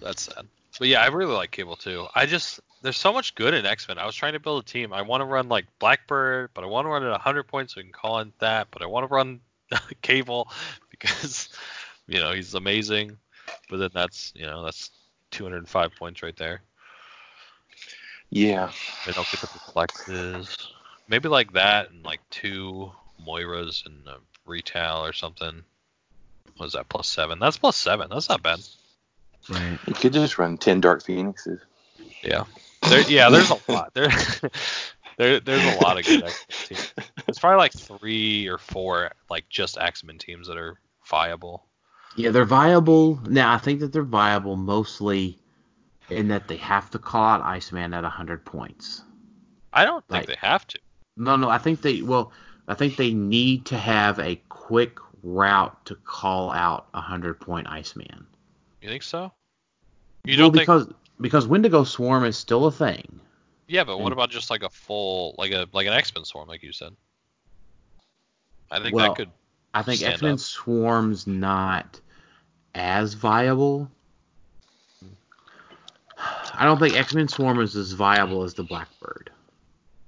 that's sad. But yeah, I really like Cable too. I just there's so much good in X Men. I was trying to build a team. I want to run like Blackbird, but I want to run at 100 points. So we can call in that, but I want to run Cable because you know he's amazing. But then that's you know that's 205 points right there. Yeah. They don't get the perplexes. Maybe like that and like two Moiras and a retail or something. What is that plus seven? That's plus seven. That's not bad. right. You could just run ten Dark Phoenixes. Yeah. There, yeah, there's a lot. There, there, there's a lot of good X-Men teams. There's probably like three or four like just X-Men teams that are viable. Yeah, they're viable. Now I think that they're viable mostly in that they have to call out Iceman at 100 points. I don't think Right. they have to. No, no, I think they well, I think they need to have a quick route to call out a hundred point Iceman. You think so? You don't well, think? because because Wendigo Swarm is still a thing. Yeah, but what Hmm. about just like a full like a like an X-Men swarm like you said? I think Well, that could. I think Stand X Men up. Swarm's not as viable. I don't think X Men Swarm is as viable as the Blackbird,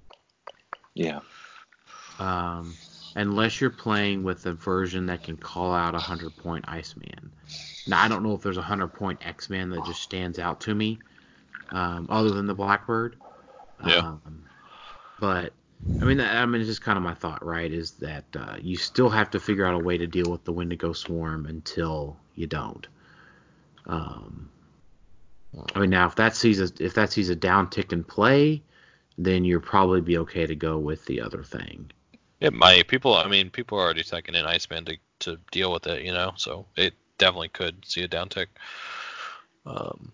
Yeah. um, unless you're playing with a version that can call out a hundred point Iceman. Now I don't know if there's a hundred point X Man that just stands out to me, um, other than the Blackbird. Yeah. Um, but I mean, that, I mean, it's just kind of my thought, right? Is that uh, you still have to figure out a way to deal with the Wendigo swarm until you don't. Um, I mean, now if that sees a if that sees a downtick in play, then you'll probably be okay to go with the other thing. It might. People, I mean, people are already taking in Iceman to, to deal with it, you know. So it definitely could see a downtick. Um,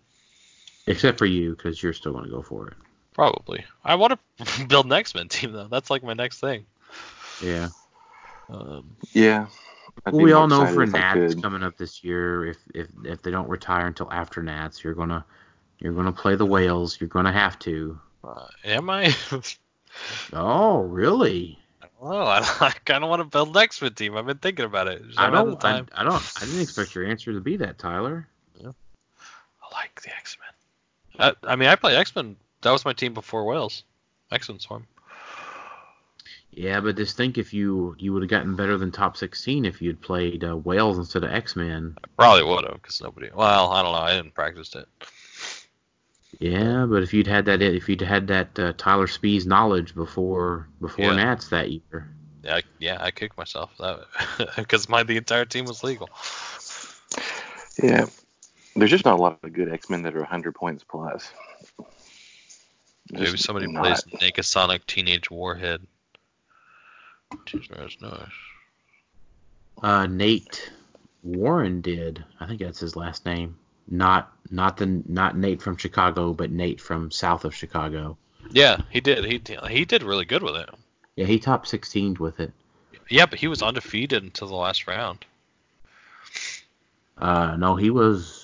Except for you, because you're still going to go for it. probably. I want to build an X Men team though. That's like my next thing. Yeah. Um, Yeah. I'd Well, be we more all know excited for if I Nats could. coming up this year, if if if they don't retire until after Nats, you're gonna you're gonna play the whales. You're gonna have to. Uh, am I? Oh, really? I don't know. I, kind of want to build an X-Men team. I've been thinking about it. Just I haven't had don't. the I, time. I don't. I didn't expect your answer to be that, Tyler. I like the X-Men. I, I mean, I play X-Men. That was my team before Wales. X-Men Swarm. Yeah, but just think if you you would have gotten better than top 16 if you'd played uh, Wales instead of X Men. Probably would have, because nobody. Well, I don't know. I didn't practice it. Yeah, but if you'd had that if you'd had that uh, Tyler Spee's knowledge before before Yeah. Nats that year. Yeah, I, yeah, I kicked myself because my the entire team was legal. Yeah. There's just not a lot of good X Men that are 100 points plus. Maybe Just somebody not. plays Nakasonic Teenage Warhead. Jeez, there's no- Uh, Nate Warren did. I think that's his last name. Not not the not Nate from Chicago, but Nate from south of Chicago. Yeah, he did. He he did really good with it. Yeah, he top 16 with it. Yeah, but he was undefeated until the last round. Uh, no, he was.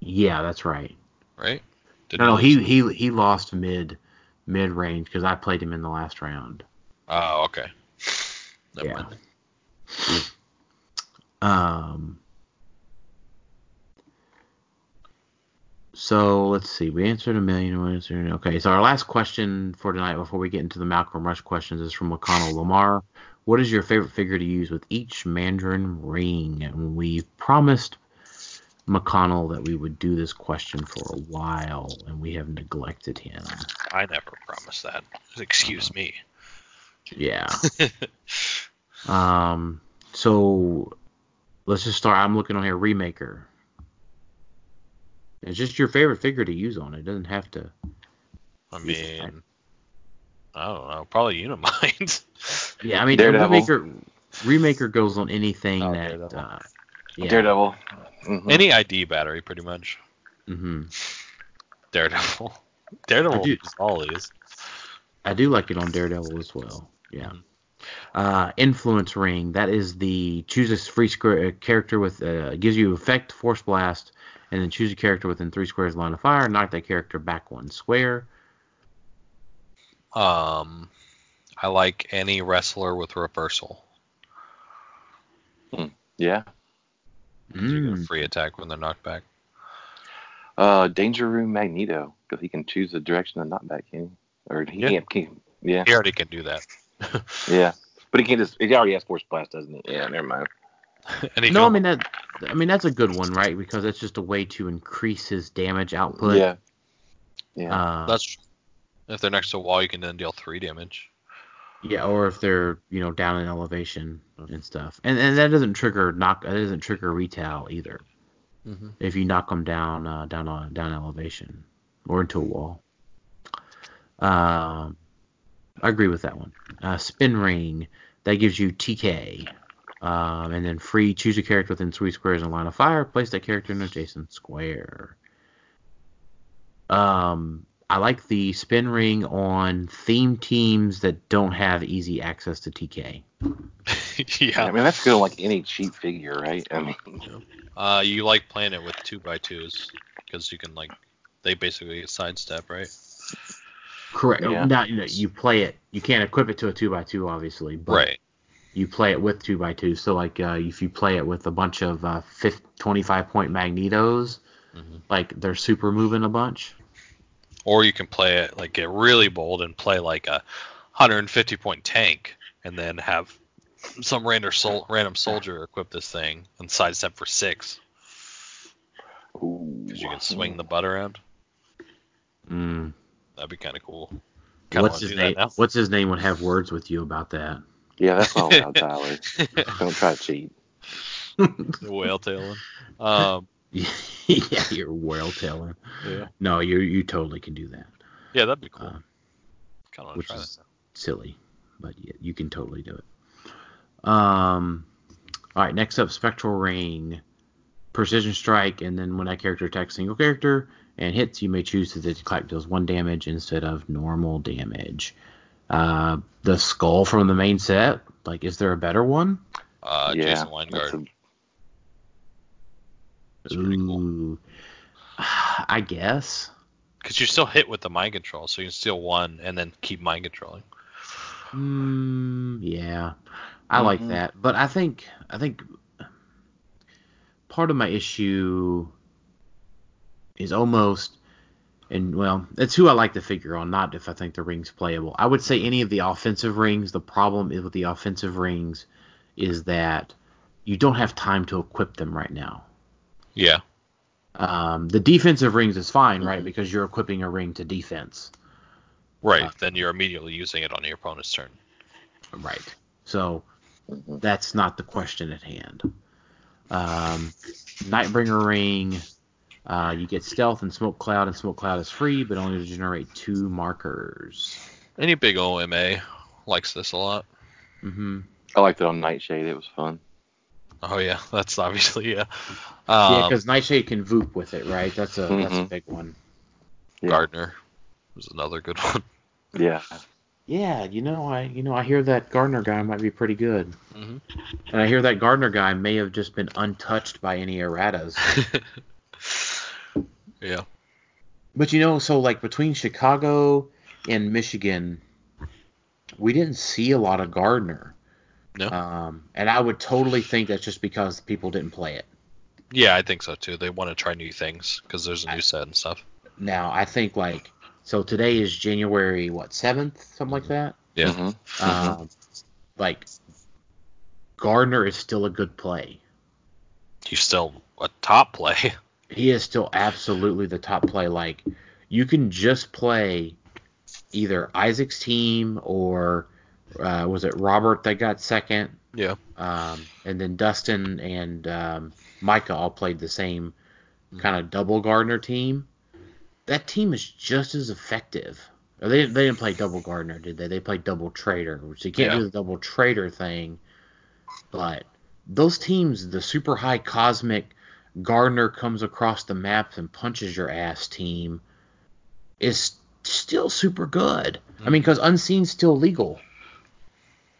Yeah, that's right. right? Did No, no, lose? he he he lost mid mid range because I played him in the last round. Oh, okay. Never yeah. mind. Um. So let's see. We answered a million. We answered, okay. So our last question for tonight, before we get into the Malcolm Rush questions, is from McConnell Lamar. What is your favorite figure to use with each Mandarin ring? And we've promised McConnell that we would do this question for a while, and we have neglected him. I never promised that. Excuse me. Yeah. um. So let's just start. I'm looking on here. Remaker. It's just your favorite figure to use on it. Doesn't have to. I mean, I don't know. Probably Unimind. Yeah. I mean, Daredevil. Remaker. Remaker goes on anything Oh, that. Daredevil. Uh, yeah. Daredevil. Mhm. Any ID battery, pretty much. hmm Daredevil. Daredevil Dude. is all he is. I do like it on Daredevil as well. Yeah. Uh, influence ring. That is the choose a free square a character with uh, gives you effect force blast, and then choose a character within three squares line of fire. Knock that character back one square. Um, I like any wrestler with reversal. Yeah. You get Mm. a free attack when they're knocked back. Uh, Danger Room Magneto, because he can choose the direction of not back in, or he Yeah. can't. Can, yeah, He already can do that, yeah, but he can't just. He already has Force Blast, doesn't he? Yeah, never mind. and he No, I can- mean that. I mean that's a good one, right? Because that's just a way to increase his damage output. yeah, yeah, Uh, that's true. if they're next to a wall, you can then deal three damage. yeah, or if they're you know down in elevation and stuff, and and that doesn't trigger knock. That doesn't trigger retail either. Mm-hmm. if you knock them down uh, down on down elevation or into a wall. Um, I agree with that one. Uh, spin ring that gives you TK, um, and then free choose a character within three squares and line of fire. Place that character in an adjacent square. Um, I like the spin ring on theme teams that don't have easy access to TK. yeah. I mean that's good on like any cheap figure, right? I mean, Uh, you like playing it with two by twos because you can like they basically sidestep, right? Correct. Yeah. Now you know you play it. You can't equip it to a two by two, obviously. But you play it with two by two. So like uh, if you play it with a bunch of uh, 50, 25 point magnetos, Mhm. like they're super moving a bunch. Or you can play it like get really bold and play like a 150 point tank, and then have some random sol- random soldier equip this thing and sidestep for six ooh. because you can swing the butt around. Mm. That'd be kind of cool. Kinda What's wanna his do that name? now. What's his name would have words with you about that. Yeah, that's not allowed, Tyler. Don't try to cheat. The whale tailing. Um, yeah, you're well telling. yeah. No, you you totally can do that. yeah, that'd be cool. Uh, kind of want to which try is silly, but yeah, you can totally do it. Um, all right, next up, Spectral Ring, Precision Strike, and then when that character attacks a single character and hits, you may choose that the attack deals one damage instead of normal damage. Uh, the skull from the main set, like, is there a better one? uh, yeah, Jason that's Weingard. a- It's pretty cool Ooh. I guess. because you still hit with the mind control, so you can steal one and then keep mind controlling. Mm, yeah, I like Mhm. that, but I think I think part of my issue is almost, and well, it's who I like to figure on, not if I think the ring's playable. I would say any of the offensive rings. The problem is with the offensive rings is that you don't have time to equip them right now. Yeah, Um, the defensive rings is fine, right? Because you're equipping a ring to defense. right. Uh-huh. then you're immediately using it on your opponent's turn. Right. So that's not the question at hand. Um, Nightbringer Ring, uh, you get Stealth and Smoke Cloud, and Smoke Cloud is free, but only to generate two markers. Any big OMA likes this a lot. Mm-hmm. I liked it on Nightshade. It was fun. Oh yeah, that's obviously yeah. yeah, Um, because Nightshade can voop with it, right? That's a that's a Mhm. big one. yeah. Gardner was another good one. Yeah. Yeah, you know I you know I hear that Gardner guy might be pretty good, hmm and I hear that Gardner guy may have just been untouched by any erratas. Mm-hmm. yeah. But you know, so like between Chicago and Michigan, we didn't see a lot of Gardner. No. Um, and I would totally think that's just because people didn't play it. Yeah, I think so too. They want to try new things because there's a new set and stuff. Now I think like so today is January what seventh something like that. Yeah. Mhm. Um, like Gardner is still a good play. He's still a top play. He is still absolutely the top play. Like you can just play either Isaac's team or uh, was it Robert that got second? Yeah. um, and then Dustin and um, Micah all played the same kind of double Gardner team. That team is just as effective. Or They, they didn't play double Gardner, did they? They played double Trader, which you can't Yeah. do the double Trader thing. But those teams, the super high cosmic Gardner comes across the map and punches your ass team, is still super good. I Mm-hmm. mean, because Unseen's still legal.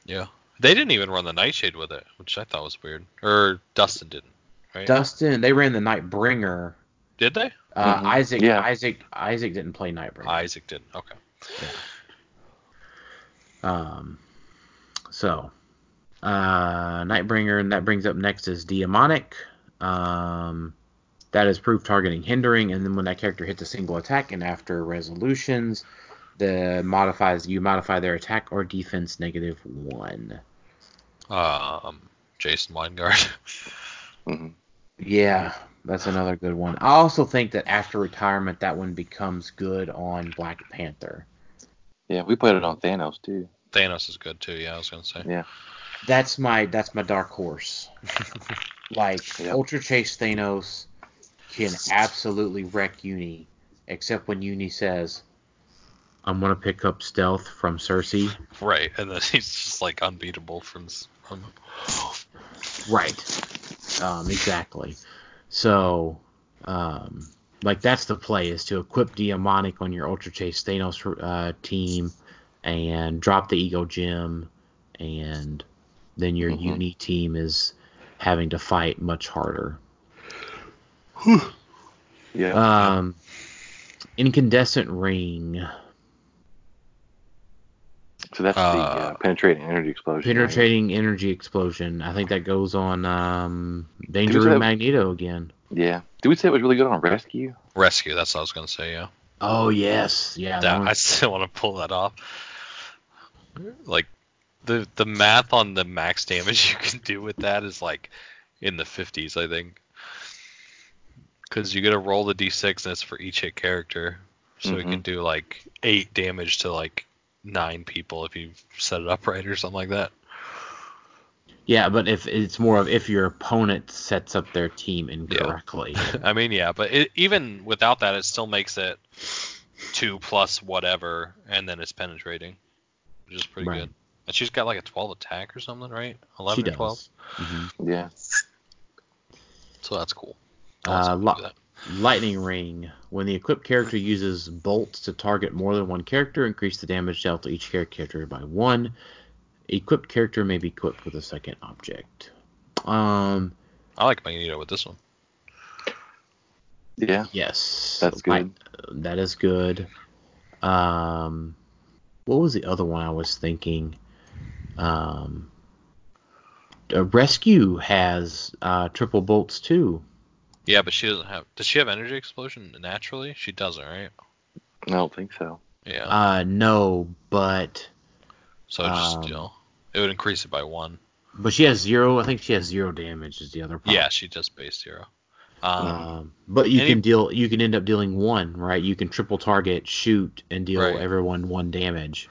Yeah. They didn't even run the Nightshade with it, which I thought was weird. Or Dustin didn't, right? Dustin, they ran the Nightbringer. Did they? Uh, Mhm. Isaac, Yeah. Isaac, Isaac didn't play Nightbringer. Isaac didn't. Okay. um, so uh, Nightbringer, and that brings up next is Demonic. Um, that is proof targeting hindering, and then when that character hits a single attack and after resolutions, the modifies you modify their attack or defense negative one. Um, Jason Weingard. Mhm. Yeah, that's another good one. I also think that after retirement, that one becomes good on Black Panther. Yeah, we played it on Thanos too. Thanos is good too. Yeah, I was gonna say. Yeah. that's my that's my dark horse. like Yep. Ultra Chase Thanos can absolutely wreck Uni, except when Uni says, "I'm gonna pick up stealth from Cersei." Right, and then he's just like unbeatable from. s- from Right. Um, exactly. So, um, like that's the play is to equip Diamonic on your Ultra Chase Thanos uh, team, and drop the Ego Gem, and then your Mhm. Uni team is having to fight much harder. Yeah. Um, incandescent ring, so that's the uh, uh, penetrating energy explosion. right? penetrating energy explosion. I think that goes on um, Danger Who's Room that? Magneto again. Yeah. Did we say it was really good on rescue? Rescue. That's what I was gonna say. Yeah. Oh yes, yeah. that That- one- I still want to pull that off. Like, the the math on the max damage you can do with that is like in the 50s, I think. Because you got to roll the d6, and it's for each hit character, so it can do like eight damage to like nine people if you set it up right or something like that. yeah, but if it's more of if your opponent sets up their team incorrectly. I mean, yeah, but it, even without that, it still makes it two plus whatever, and then it's penetrating, which is pretty Right. good. And she's got like a 12 attack or something, right? 11 she or 12. does. Mhm. Yeah. So that's cool. Uh, Also do lo- that. Lightning ring. When the equipped character uses bolts to target more than one character, increase the damage dealt to each character by one. Equipped character may be equipped with a second object. Um, I like Magneto with this one. Yeah. yes, That's I- good. that is good. Um, what was the other one I was thinking? Um, uh, Rescue has uh, triple bolts too. Yeah, but she doesn't have. Does she have energy explosion naturally? She doesn't, right? I don't think so. Yeah. Uh, no, but so just um, you know, it would increase it by one. but she has zero. I think she has zero damage. Is the other problem? Yeah, she does base zero. Um, Um, but you Any- can deal. You can end up dealing one, right? You can triple target, shoot, and deal Right. everyone one damage,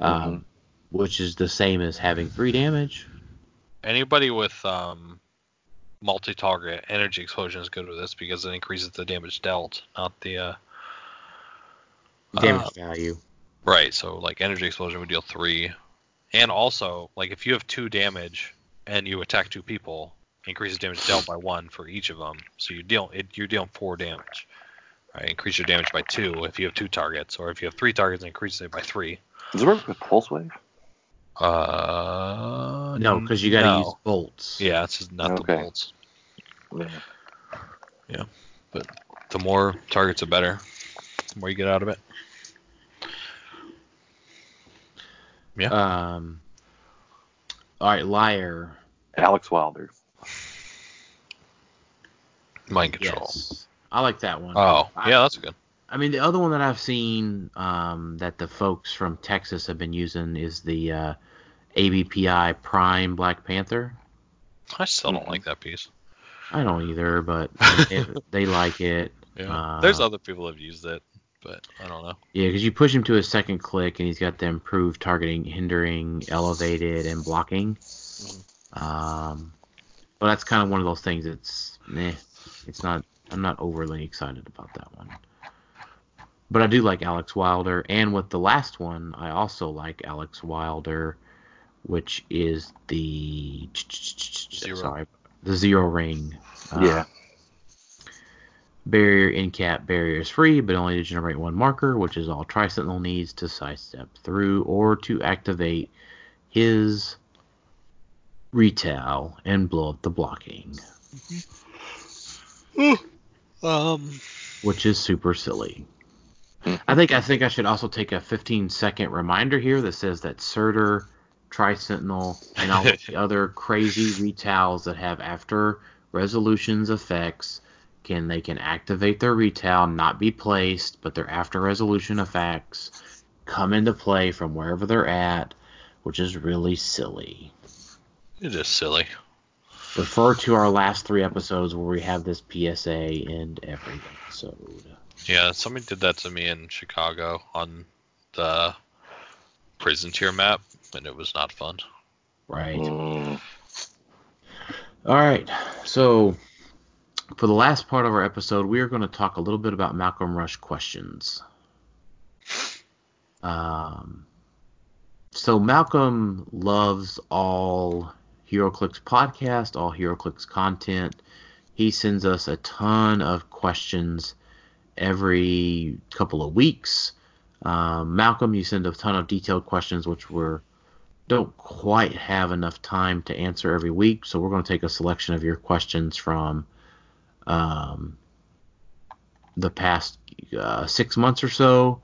Mm-hmm. um, which is the same as having three damage. anybody with um, multi-target energy explosion is good with this because it increases the damage dealt, not the uh, Damage Uh, value. right. So like energy explosion would deal three, and also like if you have two damage and you attack two people, increases damage dealt by one for each of them. So you deal it, you're dealing four damage. Right, increase your damage by two if you have two targets, or if you have three targets, increase it by three. Does it work with Pulse Wave? Uh, No, because you got to no. use bolts. Yeah, it's just not Okay. the bolts. Yeah. the more targets, the better. The more you get out of it. Um. All right, liar. Alex Wilder. Mind control. Yes. I like that one. Oh, I- yeah, that's good. I mean, the other one that I've seen um, that the folks from Texas have been using is the uh, ABPI Prime Black Panther. I still don't like that piece. I don't either, but it, they like it. Yeah. Uh, There's other people that've used it, but I don't know. Yeah, because you push him to his second click, and he's got the improved targeting, hindering, elevated, and blocking. Um, but that's kind of one of those things. It's meh. It's not. I'm not overly excited about that one. But I do like Alex Wilder, and with the last one, I also like Alex Wilder, which is the Zero. sorry, the zero ring. Uh, yeah. Barrier in cap barrier is free, but only to generate one marker, which is all Trisentinel needs to sidestep through or to activate his retail and blow up the blocking, Um, which is super silly. I think I think I should also take a 15 second reminder here that says that Surtur, Trisentinel, and all the other crazy retails that have after resolutions effects can they can activate their retail, not be placed, but their after resolution effects come into play from wherever they're at, which is really silly. it is silly. Refer to our last three episodes where we have this PSA in every episode. Yeah, somebody did that to me in Chicago on the prison tier map, and it was not fun. Right. Mm, All right. So, for the last part of our episode, we are going to talk a little bit about Malcolm Rush questions. Um, so, Malcolm loves all HeroClix podcast, all HeroClix content. He sends us a ton of questions every couple of weeks. Um, Malcolm, you send a ton of detailed questions, which were don't quite have enough time to answer every week, so we're going to take a selection of your questions from um, the past uh, six months or so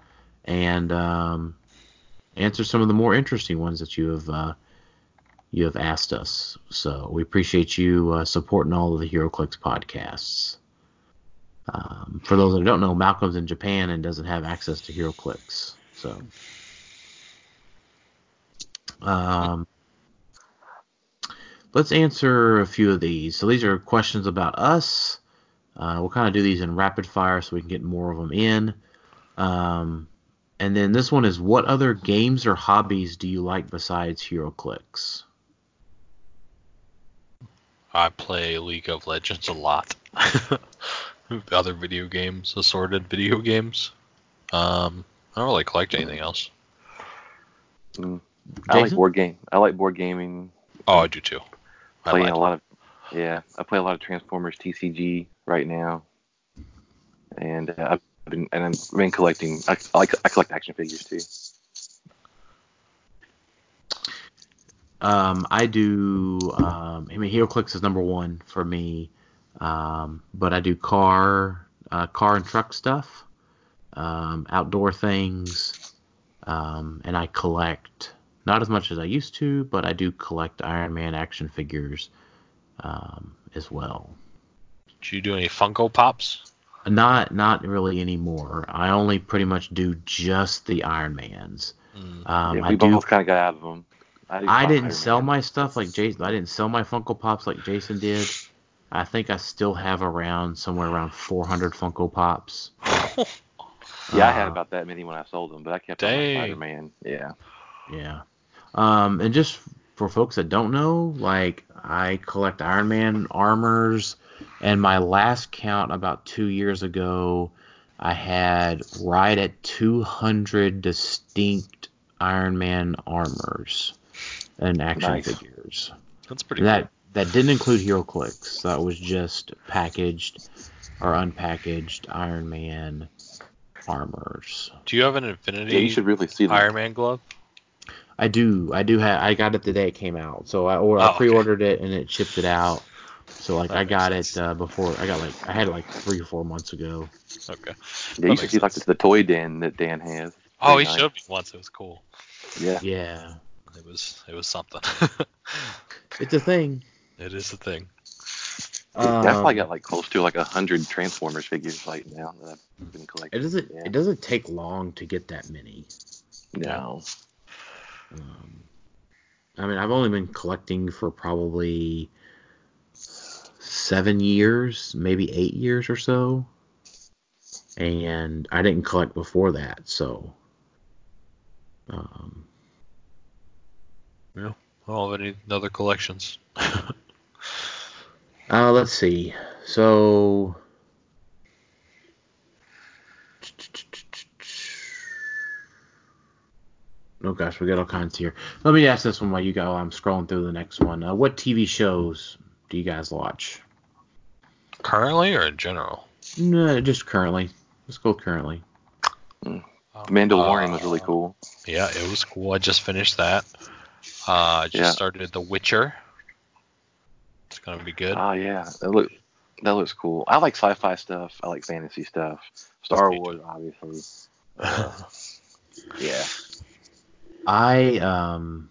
and um, answer some of the more interesting ones that you have uh, you have asked us. So we appreciate you uh, supporting all of the HeroClix podcasts. Um, for those that don't know, Malcolm's in Japan and doesn't have access to HeroClix. So. Um, let's answer a few of these. So these are questions about us. Uh, we'll kind of do these in rapid fire so we can get more of them in. Um, and then this one is what other games or hobbies do you like besides HeroClix? I play League of Legends a lot. Other video games, assorted video games. Um, I don't really collect anything else. I like Jason? board game. I like board gaming. Oh, I do too. I Playing like- a lot of. Yeah, I play a lot of Transformers TCG right now, and uh, I've been and I've been collecting. I, I like I collect action figures too. Um, I do. Um, I mean, HeroClix is number one for me, um, but I do car, uh, car and truck stuff, um, outdoor things, um, and I collect. Not as much as I used to, but I do collect Iron Man action figures um, as well. Do you do any Funko Pops? Not not really anymore. I only pretty much do just the Iron Mans. Mm. Um, yeah, I we do. both kind of got out of them. do I Iron didn't sell Man. my stuff like Jason. I didn't sell my Funko Pops like Jason did. I think I still have around somewhere around 400 Funko Pops. Yeah, I had uh, about that many when I sold them, but I kept Dang. Spider Man. Yeah. Yeah. Um, and just for folks that don't know, like I collect Iron Man armors, and my last count about two years ago, I had right at 200 distinct Iron Man armors and action Nice. figures. That's pretty that that didn't include Hero Clicks. That was just packaged or unpackaged Iron Man armors. cool. Do you have an Yeah, you Infinity should really see them. Iron Man glove? I do. I do have. I got it the day it came out, so I or Oh, I okay. pre-ordered it and it shipped it out. So like That I makes got sense. it uh, before. I got like I had it like three or four months ago. Yeah, Okay. you That should makes see like sense. the toy den that Dan has. Oh, he Pretty nice. showed me once. It was cool. Yeah. Yeah, It was it was something. it's a thing. it is a thing. Um, That's probably got like close to like a hundred Transformers figures right now that I've been It collecting. doesn't. Yeah. It doesn't take long to get that many. No. Um, I mean, I've only been collecting for probably seven years, maybe eight years or so. And I didn't collect before that, so. Um, Oh, any other collections? uh, let's see. So. Oh gosh, we got all kinds here. Let me ask this one while you go. I'm scrolling through the next one. Uh, what TV shows do you guys watch? Currently or in general? No, just currently. Let's go currently. The Mandalorian was really cool. Uh, Yeah, it was cool. I just finished that. Uh, I just Yeah. started The Witcher. It's gonna be good. Oh yeah. That look that looks cool. I like sci fi stuff. I like fantasy stuff. Star Me too. Wars obviously. Uh, yeah. I um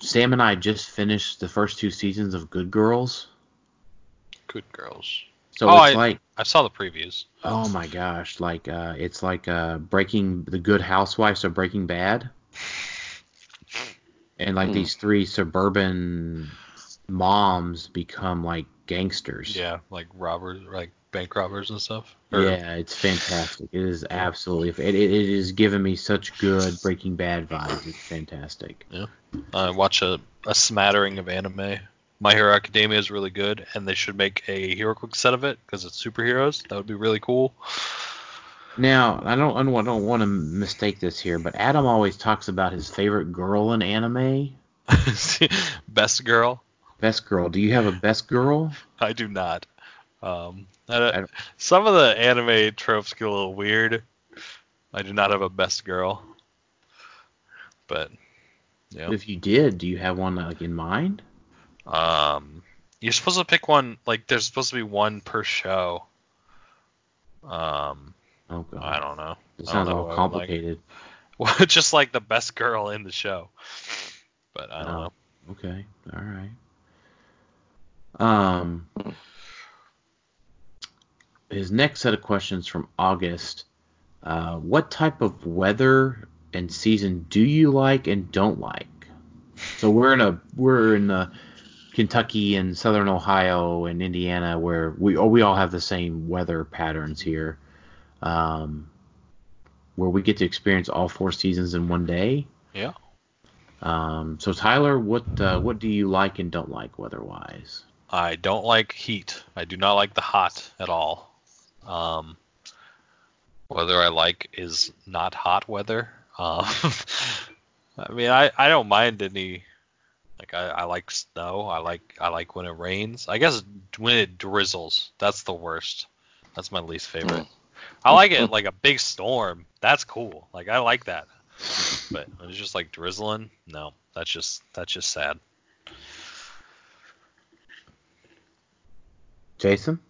Sam and I just finished the first two seasons of Good Girls. Good girls. So Oh, it's I- like I saw the previews. oh my gosh, like uh it's like uh breaking the good housewives of Breaking Bad. And like Hmm. these three suburban moms become like gangsters. Yeah, like robbers, like bank robbers and stuff. Yeah, it's fantastic. It is absolutely it, it, it is giving me such good Breaking Bad vibes. It's fantastic. I uh, watch a, a smattering of anime. My Hero Academia is really good, and they should make a HeroClix set of it because it's superheroes. That would be really cool. Now, I don't, I don't, want to mistake this here, but Adam always talks about his favorite girl in anime. Best girl. Best girl. Do you have a best girl? I do not. Um, I don't- I don't- some of the anime tropes get a little weird. I do not have a best girl, but yeah. If you did, do you have one like in mind? Um, you're supposed to pick one. Like, there's supposed to be one per show. Um, Oh god, I don't know. It I don't sounds know all what I would like. complicated. Well, just like the best girl in the show. But I don't Oh. know. Okay, all right. Um, his next set of questions from August. Uh, what type of weather and season do you like and don't like? So we're in a we're in the Kentucky and Southern Ohio and Indiana where we oh, we all have the same weather patterns here, um, where we get to experience all four seasons in one day. Yeah. Um, so Tyler, what uh, what do you like and don't like weather wise? I don't like heat. I do not like the hot at all. Um, whether I like is not hot weather. Um, I mean, I, I don't mind any. Like I, I like snow. I like I like when it rains. I guess when it drizzles, that's the worst. That's my least favorite. I like it like a big storm. That's cool. Like I like that. But when it's just like drizzling, no. That's just that's just sad. Jason?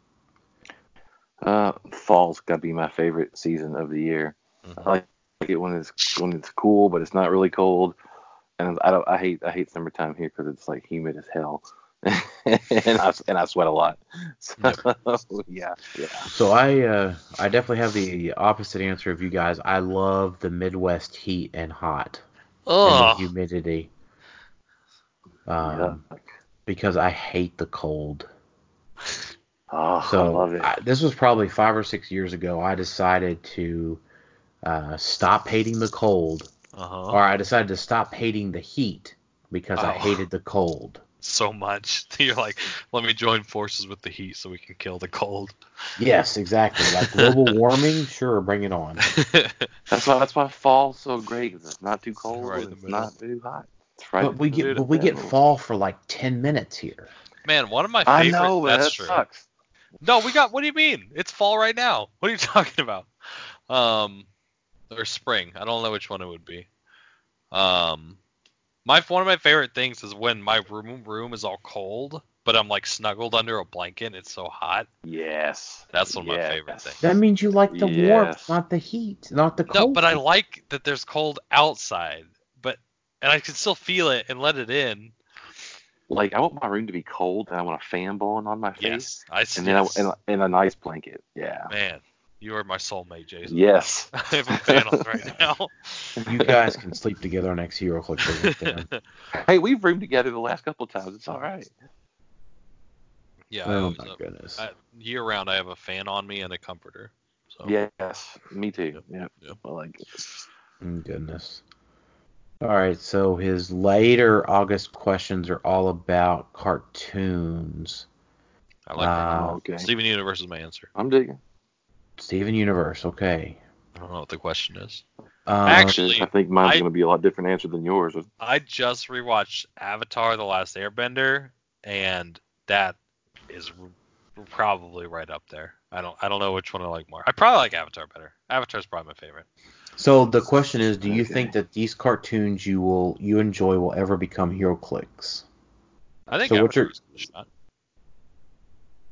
Uh, fall's got to be my favorite season of the year. Mhm. I like it when it's when it's cool, but it's not really cold. And I don't. I hate I hate summertime here because it's like humid as hell, and I and I sweat a lot. So yeah, yeah. So I uh, I definitely have the opposite answer of you guys. I love the Midwest heat and hot and the Oh, humidity. Um, Yuck. because I hate the cold. Oh, So I love it. I- this was probably five or six years ago. I decided to uh, stop hating the cold, uh-huh. or I decided to stop hating the heat because I Oh. hated the cold. so much. You're like, let me join forces with the heat so we can kill the cold. Yes, exactly. Like global warming, sure, bring it on. that's why that's why fall's so great. 'cause it's not too cold. Right in and the it's middle. not too hot. It's right. But we in the get middle. but we get fall for like ten minutes here. Man, one of my I favorite. know, but that's that true. sucks. No, we got. What do you mean? It's fall right now. What are you talking about? Um, or spring. I don't know which one it would be. Um, my one of my favorite things is when my room room is all cold, but I'm like snuggled under a blanket. and It's so hot. Yes. That's one of my favorite Yes. That means you like the warmth, Yes. not the heat, not the No, cold. but I like that there's cold outside, but and I can still feel it and let it in. Like I want my room to be cold, and I want a fan blowing on my face. Yes, I see. and then I, and, and a nice blanket. Yeah. man, you are my soulmate, Jason. Yes. I have a fan on right now. you guys can sleep together on next Hero Click. Then. Hey, we've roomed together the last couple of times. It's all right. yeah. I oh always my up- goodness. I, year round, I have a fan on me and a comforter. So Yes. Me too. Yeah. Oh. Yep. I like it. Mm, Goodness. All right, so his later August questions are all about cartoons. I like that. Uh, okay. Steven Universe is my answer. I'm digging. Steven Universe, okay. I don't know what the question is. Um, Actually- I think mine's I- gonna be a lot different answer than yours. I just rewatched Avatar: The Last Airbender, and that is r- probably right up there. I don't I don't know which one I like more. I probably like Avatar better. Avatar's probably my favorite. so the question is, do you Okay. think that these cartoons you will you enjoy will ever become hero clicks? I think So what's your- Avatar's a shot.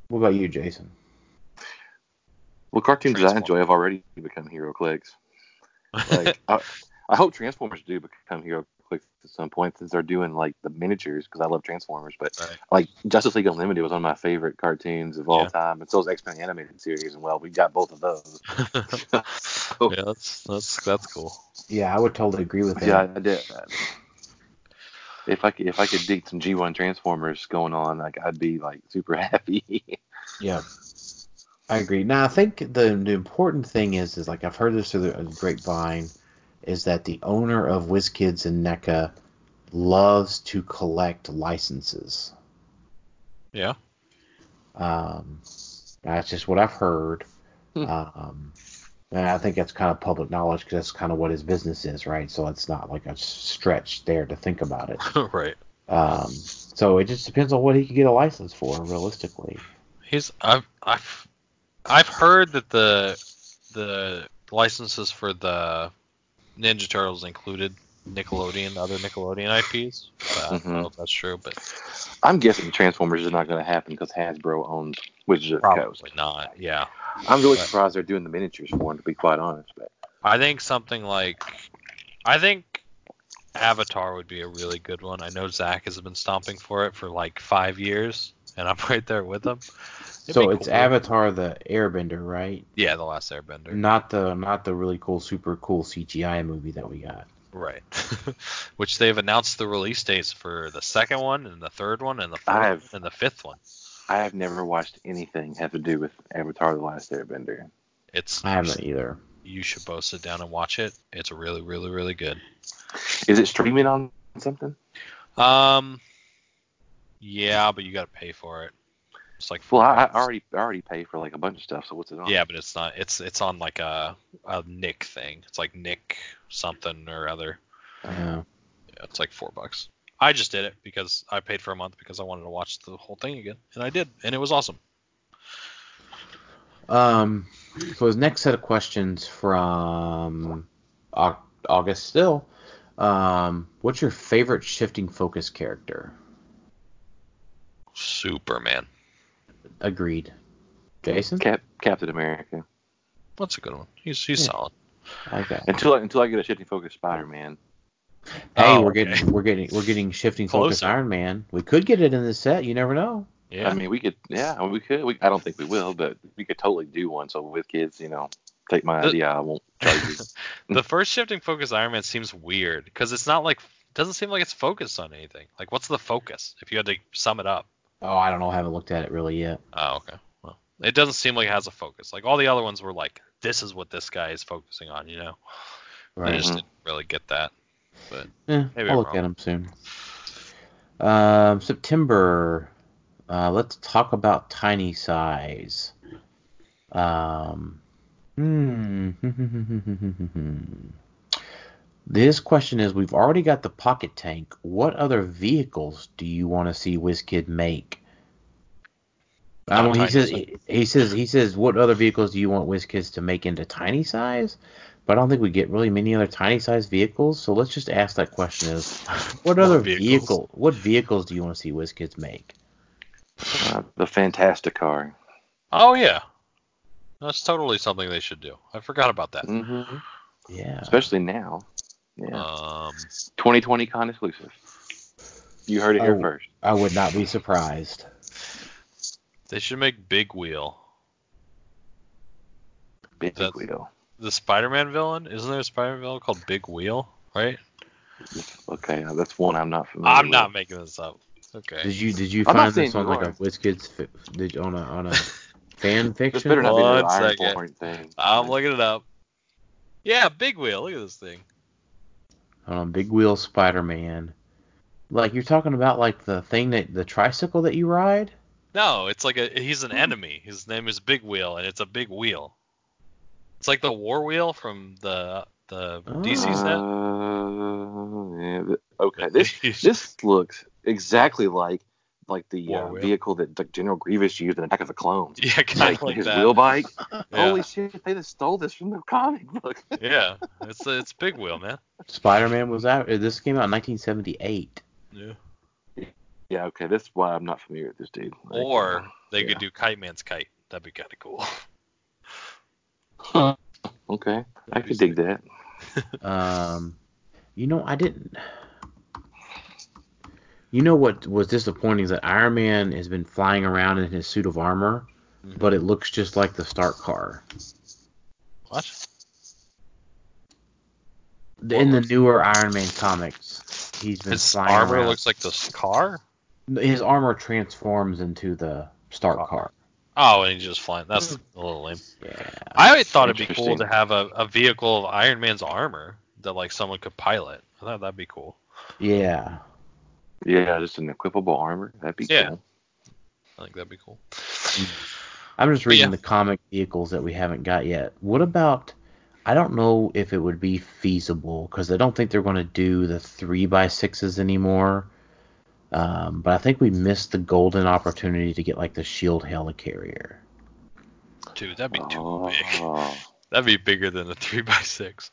What about you, Jason? Well, cartoons that I Transform- enjoy have already become hero clicks. Like I, I hope Transformers do become hero clicks at some point since they're doing like the miniatures because I love Transformers. But Right. like Justice League Unlimited was one of my favorite cartoons of all Yeah. time, and so is X Men animated series. And well, we got both of those. So, yeah, that's that's that's cool. Yeah, I would totally agree with that. Yeah, I did. If I could, if I could dig some G1 Transformers going on, like I'd be like super happy. Yeah, I agree. Now I think the the important thing is is like I've heard this through the uh, grapevine, is that the owner of WizKids and NECA loves to collect licenses. Yeah. Um, that's just what I've heard. Hmm. Um, and I think that's kind of public knowledge because that's kind of what his business is, right? So it's not like a stretch there to think about it. right. Um, so it just depends on what he can get a license for, realistically. He's I've I've I've heard that the the licenses for the Ninja Turtles included Nickelodeon, other Nickelodeon IPs. But I don't know Mhm. if that's true, but I'm guessing Transformers is not going to happen because Hasbro owns Wizards of the Coast. probably not. Yeah, I'm really But- surprised they're doing the miniatures for them, to be quite honest. But I think something like I think Avatar would be a really good one. I know Zach has been stomping for it for like five years, and I'm right there with him. It'd so be it's cool. Avatar the Airbender, right? Yeah, the Last Airbender. Not the not the really cool, super cool CGI movie that we got. Right. Which they've announced the release dates for the second one and the third one and the fourth I have- and the fifth one. I have never watched anything have to do with Avatar: The Last Airbender. It's I haven't either. you should both sit down and watch it. It's really, really, really good. Is it streaming on something? Um Yeah, but you gotta pay for it. It's like Well, I, I $4. already I already pay for like a bunch of stuff, so what's it on? Yeah, but it's not it's it's on like a a Nick thing. It's like Nick something or other. Yeah. Yeah, it's like four bucks. I just did it because I paid for a month because I wanted to watch the whole thing again. And I did, and it was awesome. Um, so his next set of questions from Au- August still. Um, what's your favorite shifting focus character? Superman. Agreed. Jason? Cap, Captain America. That's a good one. He's he's Yeah. solid. Okay. Until I, until I get a shifting focus Spider-Man. Hey, Oh, we're okay. getting we're getting we're getting shifting focus Closer. Iron Man. We could get it in this set. You never know. Yeah. I mean, we could. Yeah, we could. We, I don't think we will, but we could totally do one. So with kids, you know, take my The- idea. I won't charge you. the first shifting focus Iron Man seems weird because it's not like doesn't seem like it's focused on anything. Like what's the focus if you had to sum it up? Oh, I don't know. I haven't looked at it really yet. Oh, okay. Well, it doesn't seem like it has a focus. Like all the other ones were like this is what this guy is focusing on, you know. I Right. just Mhm. didn't really get that. But Eh, Maybe I'll I'm look wrong. at them soon. Um, September. Uh, let's talk about tiny size. Um, hmm. this question is: We've already got the pocket tank. What other vehicles do you want to see WizKid make? I Not don't know, he tiny says size. he, he says he says what other vehicles do you want WizKids to make into tiny size? But I don't think we get really many other tiny size vehicles. So let's just ask that question: Is what What other vehicles? vehicle? What vehicles do you want to see WizKids make? Uh, the Fantastic Car. oh yeah. That's totally something they should do. I forgot about that. Mm-hmm. Yeah. Especially now. Yeah. Um 2020 con exclusive. You heard it here Oh. first. I would not be surprised. they should make Big Wheel. Big That's- wheel. The Spider-Man villain? Isn't there a Spider-Man villain called Big Wheel, right? Okay, now that's one I'm not familiar. I'm with. not making this up. Okay. Did you did you I'm not find this saying on you like a are. WizKids fi- did, on a on a fan This fiction? better not be One another Iron second. Horn thing. I'm looking it up. Yeah, big wheel. Look at this thing. Hold on, Big Wheel Spider-Man. Like you're talking about like the thing that the tricycle that you ride? No, it's like a he's an enemy. His name is Big Wheel, and it's a big wheel. It's like the War Wheel from the the DC Ah, Uh, set. yeah, th- okay, this this looks exactly like like the War uh, wheel. vehicle that like, General Grievous used in Attack of the Clones. yeah, kind of Like, like, his that. wheel bike. Yeah. Holy shit! They just stole this from the comic book. yeah, it's it's Big Wheel, man. Spider-Man was out. This came out in 1978. Yeah. yeah, okay, that's why I'm not familiar with this dude. Like, uh, Or they yeah. could do Kite Man's kite. That'd be kind of cool. uh, okay, I could dig that. Um, you know, I didn't. You know what was disappointing is that Iron Man has been flying around in his suit of armor, Mhm. but it looks just like the Stark car. What? in the looks- newer Iron Man comics, he's been His flying armor around. looks like this car. His armor transforms into the Stark car. Oh, and he's just flying. That's a little lame. Yeah. I always thought it'd be cool Hmm. Interesting. to have a, a vehicle of Iron Man's armor that like someone could pilot. I thought that'd be cool. Yeah. Yeah, just an equipable armor. That'd be Yeah. cool. I think that'd be cool. I'm just reading Yeah. the comic vehicles that we haven't got yet. What about? I don't know if it would be feasible because I don't think they're going to do the three by sixes anymore. Um, but I think we missed the golden opportunity to get like the shield helicarrier. Dude, that'd be too big. Oh, That'd be bigger than a three by six.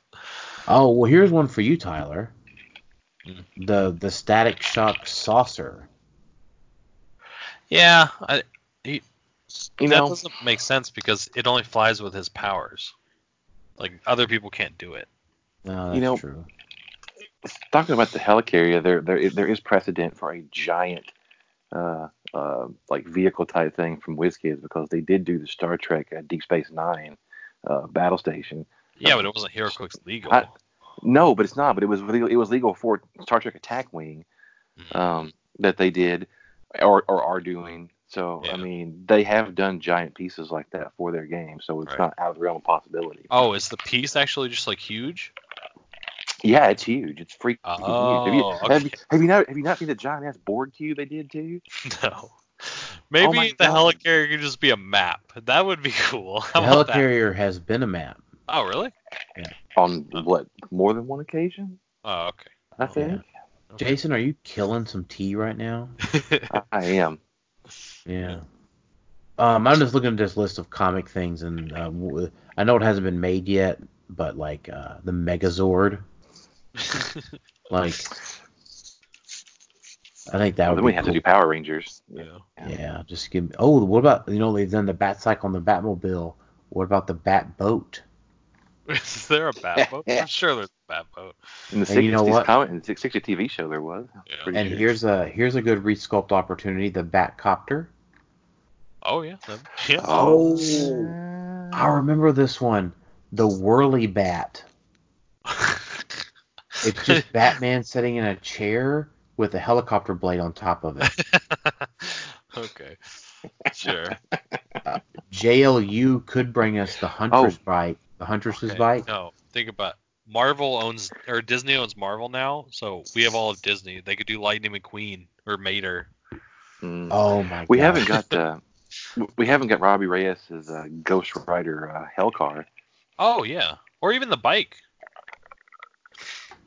Oh well, here's one for you, Tyler. Mm. The the static shock saucer. Yeah, I, you that know, doesn't make sense because it only flies with his powers. Like other people can't do it. No, Uh, that's You know- true. talking about the helicarrier, there there is, there is precedent for a giant, uh, uh, like vehicle type thing from WizKids because they did do the Star Trek uh, Deep Space Nine uh, battle station. Yeah, but it wasn't HeroClix legal. I- No, but it's not. But it was legal, it was legal for Star Trek Attack Wing Mm-hmm. um, that they did or, or are doing. So Yeah. I mean, they have done giant pieces like that for their game, so it's Right. not out of the realm of possibility. oh, is the piece actually just like huge? Yeah, it's huge. It's freaking huge. Oh, Have you, have, you- okay. have you not have you not seen the giant ass board cube they did too? No. Oh Maybe my the God. helicarrier could just be a map. That would be cool. The How about that? helicarrier has been a map. Oh, really? On what more than one occasion? Oh, okay. I think Jason, are you killing some tea right now? I, I am. Yeah. Um, I'm just looking at this list of comic things, and um, w- I know it hasn't been made yet, but like uh, the uh, Megazord like, I think that Well, would then we be had cool. to do Power Rangers. Yeah. Yeah, just give me. Oh, what about you know they've done the Bat Cycle and the Batmobile. What about the Bat Boat? Is there a bat boat? I'm sure there's a bat boat. In the And 60s, you know what? Comic, in the 60s TV show, there was. Yeah. Pretty And sure. here's a here's a good resculpt opportunity: the Batcopter. Oh yeah. that- yeah. Oh, I remember this one. The Whirly Bat. Oh. It's just Batman sitting in a chair with a helicopter blade on top of it. okay. Sure. JLU could bring us the Huntress bike. The Huntress's Okay, bike. No, think about it. Marvel owns or Disney owns Marvel now, so we have all of Disney. They could do Lightning McQueen or Mater. Mm. Oh my. We gosh. haven't got uh, w- we haven't got Robbie Reyes's uh, Ghost Rider uh, Hell car. Oh yeah, or even the bike.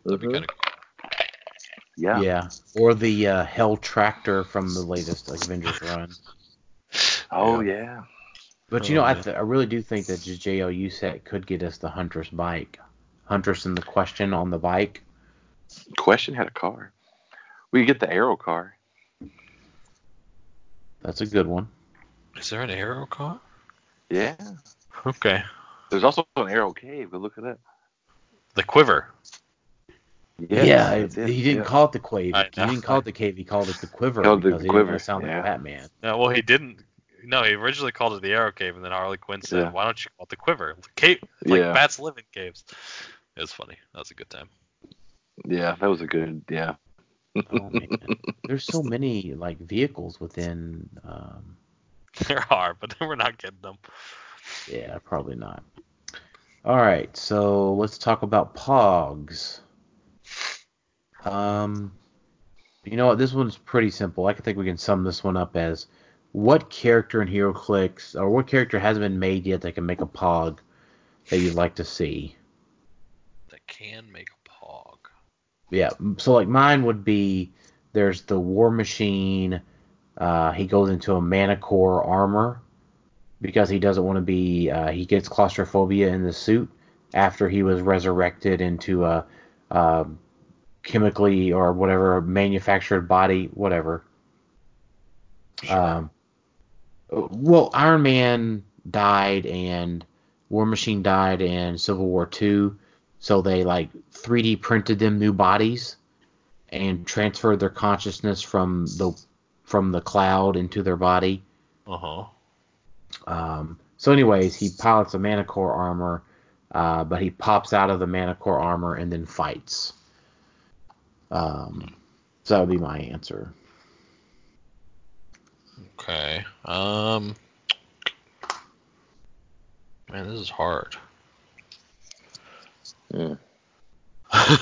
That'd Mm-hmm. be kind of Yeah. Yeah. Or the uh, Hell Tractor from the latest like, Avengers run. Oh yeah. But you Oh, know, I, man. th- I really do think that the JLU set could get us the Huntress bike. Huntress and the question on the bike. Question had a car. We could get the Arrow car. That's a good one. cool. Is there an Arrow car? Yeah. Okay. There's also an Arrow cave. Go look at that. The Quiver. yeah, it- he didn't call it the quave. I He know. didn't call it the cave. He called it the quiver Called the because he didn't want quiver, to sound yeah. like Batman. No, well he didn't. No, he originally called it the Arrow Cave, and then Harley Quinn said, Yeah. "Why don't you call it the Quiver? The cave, it's like Yeah. bats live in caves." It was funny. That was a good time. Yeah, that was a good. Yeah. Oh, man. There's so many like vehicles within. Um, There are, but we're not getting them. yeah, probably not. All right, so let's talk about Pogs. Um, you know what? This one's pretty simple. I can think we can sum this one up as what character in Hero Clicks or what character hasn't been made yet that can make a Pog that you'd like to see. That can make a pog. Yeah. So like mine would be there's the War Machine. Uh, he goes into a manicore armor because he doesn't want to be. Uh, he gets claustrophobia in the suit after he was resurrected into a um chemically or whatever manufactured body, whatever. Um, well, Iron Man died and War Machine died in Civil War Two, so they like 3D printed them new bodies and transferred their consciousness from the from the cloud into their body. Uh huh. Um, so, anyways, he pilots a manicore armor, uh, but he pops out of the manicore armor and then fights. Um, so that would be my answer. Okay. Um. Man, this is hard. Mm. I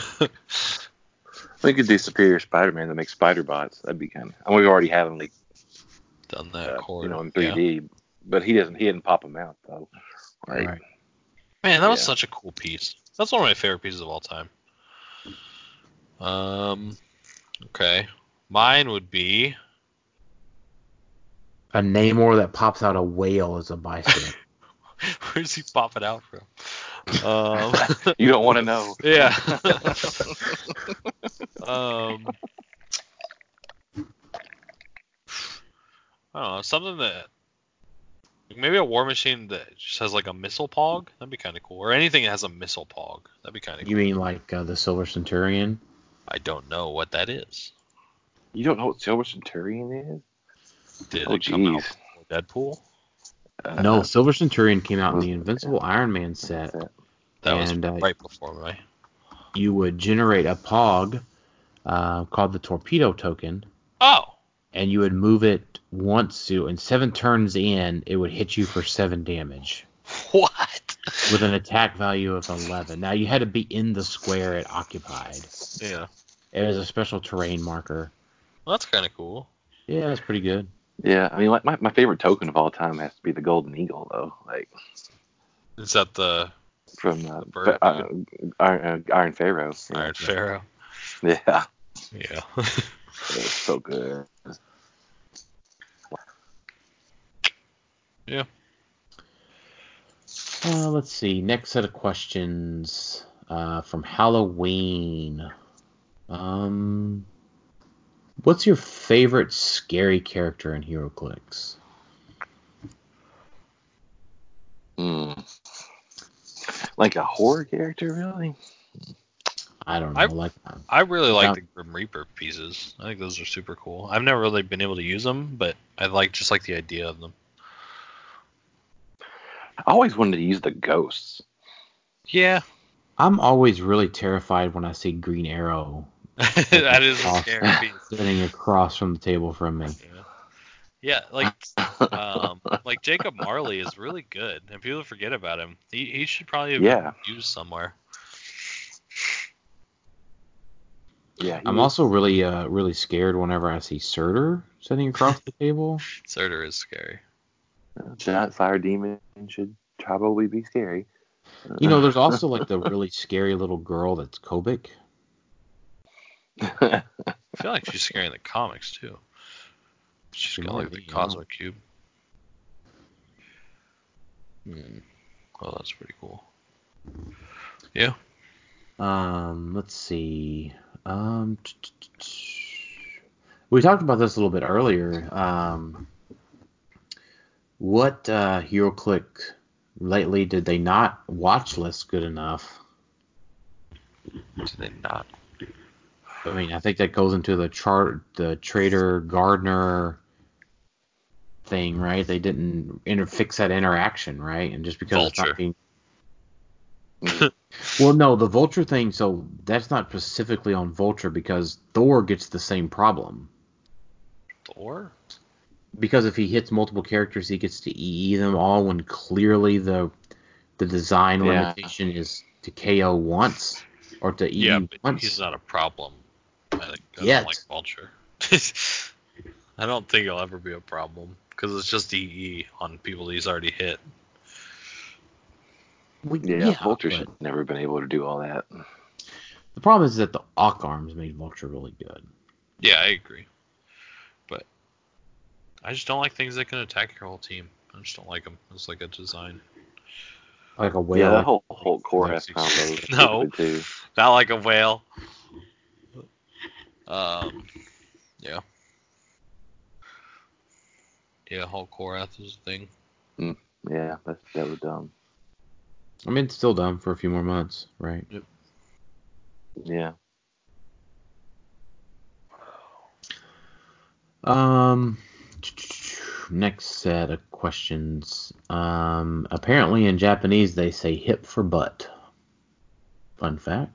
We could do Superior Spider-Man that makes spider bots. That'd be kind of. And we already have him like Done that uh, chord. you know in 3D, but he doesn't. He didn't pop them out though. Like, Right. Man, that was Yeah. such a cool piece. That's one of my favorite pieces of all time. Um. Okay. Mine would be. A Namor that pops out a whale as a bison. Where's he popping out from? Um. You don't want to know. Yeah. um, I don't know. Something that. Maybe a war machine that just has like a missile pog. That'd be kind of cool. Or anything that has a missile pog. That'd be kind of cool. you mean like uh, the Silver Centurion? I don't know what that is. You don't know what Silver Centurion is? Did Oh, it come out jeez. before Deadpool? Uh, no, Silver Centurion came out in the Invincible Iron Man set. that's it. That was And, uh, right before my. You would generate a Pog uh, called the Torpedo Token, Oh! and you would move it once to, and seven turns in, it would hit you for seven damage. What? with an attack value of 11. Now you had to be in the square it occupied. Yeah. It was a special terrain marker. Well, that's kind of cool. Yeah, that's pretty good. Yeah, I mean, like my, my favorite token of all time has to be the Golden Eagle, though. Like Is that the from uh, Bird. uh, Iron, uh, Iron Pharaoh. Iron Pharaoh? Yeah, Yeah. it's so good. Uh, let's see. Next set of questions. uh, from Halloween. Um, what's your favorite scary character in HeroClix? Mm. Like a horror character, really? I don't know. I- like um, I really like Yeah. the Grim Reaper pieces. I think those are super cool. I've never really been able to use them, but I like just like the idea of them. I always wanted to use the ghosts. Yeah, I'm always really terrified when I see Green Arrow that is a Awesome. scary piece. sitting across from the table from me. Yeah, yeah like um, like Jacob Marley is really good, and people forget about him. He he should probably have Yeah. been used somewhere. Yeah. he I'm was- also really uh really scared whenever I see Surtur sitting across the table. Surtur is scary. Giant fire demon should probably be scary. You know, there's also like the really scary little girl that's Kobik. I feel like she's scary in the comics too. She's She got might like the be, yeah. Cosmic Cube. Oh, that's pretty cool. Um, let's see. Um, t- t- t- t- we talked about this a little bit earlier. Um, what uh, HeroClick lately did they not watch list good enough? Did they not? I mean, I think that goes into the chart, the trader Gardner thing, right? They didn't inter- fix that interaction, right? And just because it's Vulture. not being well, no, the vulture thing. So that's not specifically on vulture because Thor gets the same problem Thor? because if he hits multiple characters, he gets to EE them all when clearly the the design Yeah. limitation is to KO once or to EE Yeah, but once. he's not a problem. I, think, I Yet. don't like Vulture. I don't think he'll ever be a problem because it's just EE on people he's already hit. We- yeah, Vulture but- should never been able to do all that. The problem is that the Ock arms made Vulture really good. Yeah, I agree. But I just don't like things that can attack your whole team. I just don't like them. It's like a design. Like a whale. yeah, that whole whole core ass Six- combo. was No. stupid, Too. Not like a whale. Um, yeah. Yeah, Hulk Korath is a thing. Yeah, that, that was dumb. I mean, it's still dumb for a few more months, right? Yeah. Um, next set of questions. Um, apparently in Japanese they say hip for butt. Fun fact.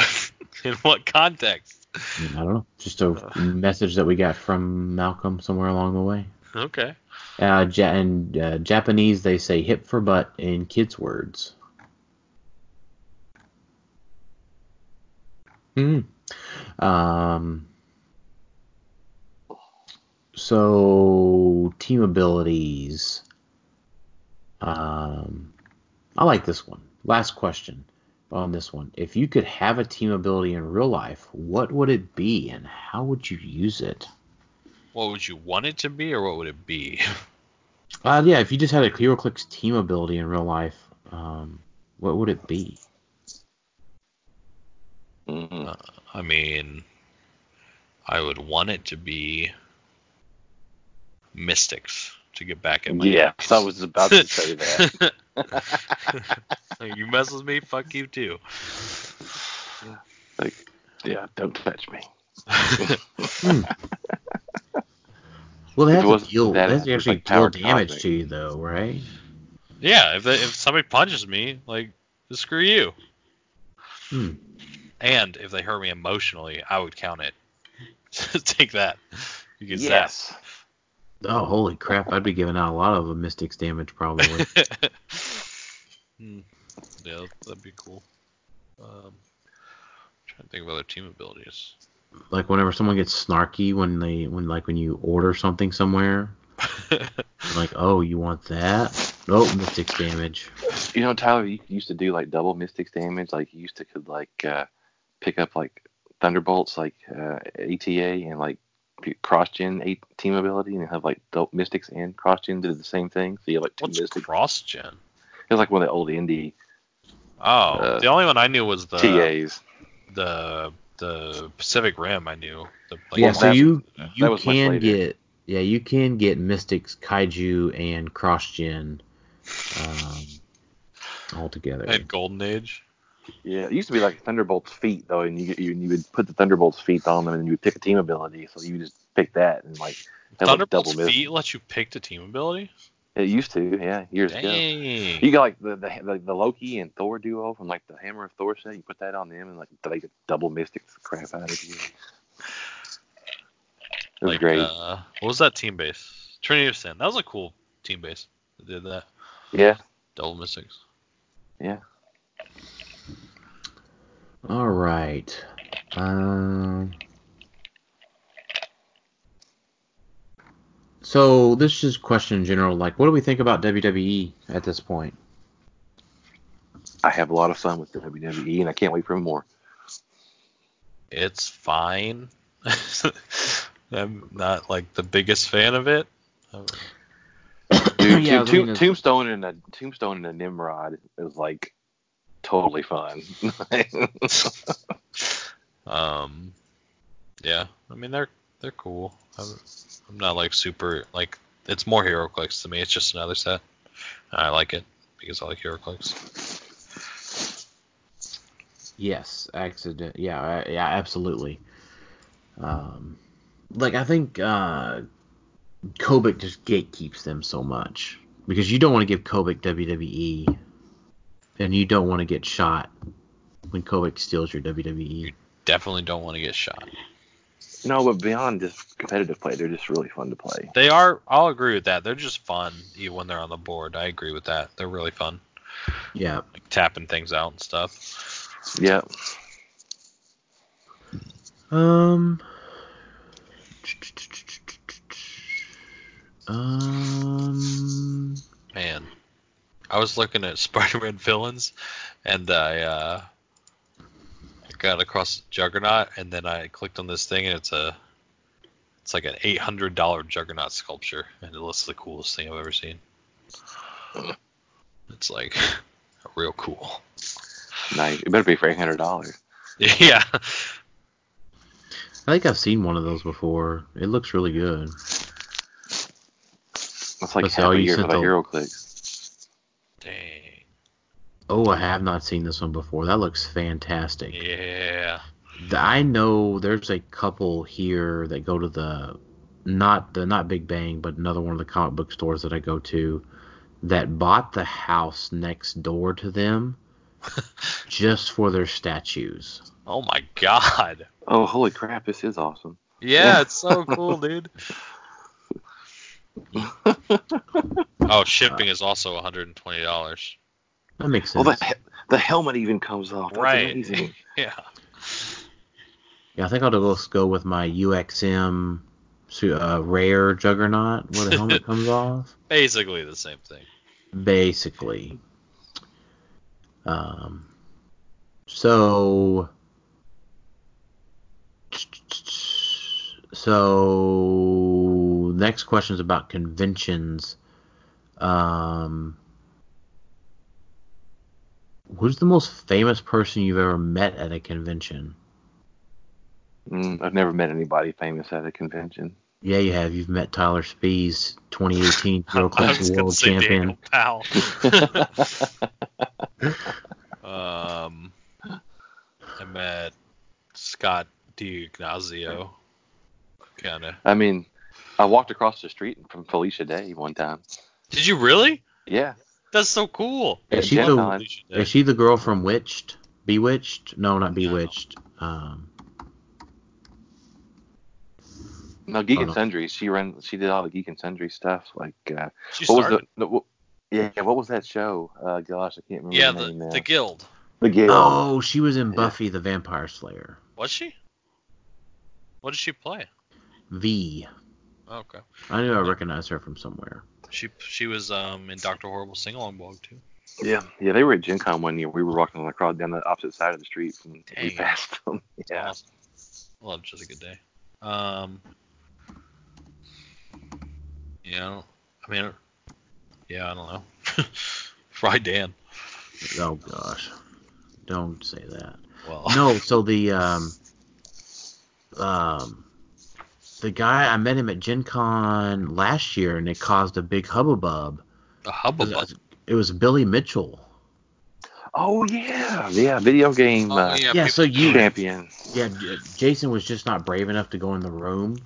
In what context? I mean, I don't know. Just a message that we got from Malcolm somewhere along the way. Okay. Uh, ja- in uh, Japanese they say hip for butt in kids' words. Hmm. Um. So team abilities. Um, I like this one. Last question on this one. If you could have a team ability in real life, what would it be and how would you use it? What would you want it to be, or what would it be? Uh, yeah, if you just had a HeroClix team ability in real life, um, what would it be? Mhm. Uh, I mean, I would want it to be Mystics to get back at my. yeah, enemies. so I was about to say that. you mess with me, fuck you too. Yeah, don't touch me. Well, they It have to wasn't deal. that- They have to it's actually like deal Power damage Cosmic. to you, though, right? yeah, if if somebody punches me, like screw you. Hmm. And if they hurt me emotionally, I would count it. Take that. You get Yes. Oh, holy crap! I'd be giving out a lot of a Mystic's damage probably. zapped. Hmm. Yeah, that'd be cool. Um, trying to think of other team abilities. like whenever someone gets snarky when they when like when you order something somewhere, like oh you want that? Oh, Mystic's damage. You know, Tyler, you used to do like double mystics damage. Like you used to could like uh, pick up like thunderbolts, like uh, ATA and like cross gen a- team ability, and have like double mystics and cross gen did the same thing. So you have like two What's mystics. cross gen? It was like one of the old indie Oh, Uh, the only one I knew was the TAs. the the Pacific Rim. I knew. The, like, yeah, Well, so that- you that you was much can later. get yeah you can get Mystics, Kaiju, and Cross Gen um, all together. and Golden Age. Yeah, it used to be like Thunderbolt's feet though, and you you, you would put the Thunderbolt's feet on them, and you would pick a team ability. So you just pick that and like that was Thunderbolt's double miss. feet let you pick the team ability. It used to, yeah, years ago. Dang. You got like the, the the the Loki and Thor duo from like the Hammer of Thor set. You put that on them, and like they could double mystic the crap out of you. It was like, great. Uh, what was that team base? Trinity of Sin. That was a cool team base. that did that. yeah, Double Mystics. yeah. All right. Um, so this is just question in general. Like, what do we think about WWE at this point? I have a lot of fun with the WWE, and I can't wait for more. It's fine. I'm not like the biggest fan of it. Dude, Yeah, I Tomb- was reading Tomb- this- Tombstone and a Tombstone and a Nimrod is like totally fun. Um, yeah. I mean, they're they're cool. I'm, I'm not like super like. It's more HeroClix to me. It's just another set. And I like it because I like HeroClix. Yes, accident. Yeah, I- yeah, absolutely. Um, like I think uh, Kobik just gatekeeps them so much because you don't want to give Kobik WWE, E and you don't want to get shot when Kobik steals your E. WWE. Definitely don't want to get shot. no, but beyond just competitive play, they're just really fun to play. They are. I'll agree with that. They're just fun even when they're on the board. I agree with that. They're really fun, Yeah. like tapping things out and stuff. Yeah, Um. Um. Man, I was looking at Spider-Man villains, and I uh, I got across Juggernaut, and then I clicked on this thing, and it's a it's like an eight hundred dollar Juggernaut sculpture, and it looks the coolest thing I've ever seen. It's like real cool. nice. It better be for eight hundred dollars. Yeah. I think I've seen one of those before. It looks really good. That's like Let's see, half oh, a you year sent for the the- hero click. Dang. Oh, I have not seen this one before. That looks fantastic. Yeah. Th- I know there's a couple here that go to the not the not Big Bang, but another one of the comic book stores that I go to that bought the house next door to them just for their statues. Oh my god. Oh, holy crap! This is awesome. Yeah, it's so cool, dude. oh, shipping is also one hundred and twenty dollars. That makes Well, sense. the he- the helmet even comes off. That's Right. amazing. Yeah. Yeah, I think I'll just go with my UXM su- uh, rare juggernaut where the helmet comes off. Basically the same thing. Basically. Um, so. So next question is about conventions. Um, who's the most famous person you've ever met at a convention? Mm, I've never met anybody famous at a convention. Yeah, you have. You've met Tyler Spees, 2018 Pro I was Classic gonna World say Champion. Daniel Powell. um, I met Scott DiIgnazio. Kind of. I mean, I walked across the street from Felicia Day one time. Did you really? Yeah, That's so cool. Is she, Yeah, the, Tyler. Alicia Day. is she the girl from Witched? Bewitched? No, not Bewitched. Um, no, Geek Oh, and no. Sundry. She ran. She did all the Geek and Sundry stuff. Like, uh, She what was started. the, the what, yeah? What was that show? Uh, gosh, I can't remember yeah, the the, name now. the guild. The Guild. oh, she was in Yeah. Buffy the Vampire Slayer. Was she? What did she play? V. Oh, okay. I knew I recognized her from somewhere. She she was um in Doctor Horrible sing along blog too. Yeah, yeah, they were at Gen Con one year. We were walking across down the opposite side of the street, and Dang. we passed them. Yeah, Awesome. Well, it's just a good day. Um, you know, I mean, yeah, I don't know. Fry Dan. Oh gosh. Don't say that. Well, No, so the um, um, the guy I met him at Gen Con last year, and it caused a big hubbub. a hubbub. It was Billy Mitchell. Oh yeah, yeah, video game uh, Oh, yeah, yeah, so you- champion. Yeah, J- Jason was just not brave enough to go in the room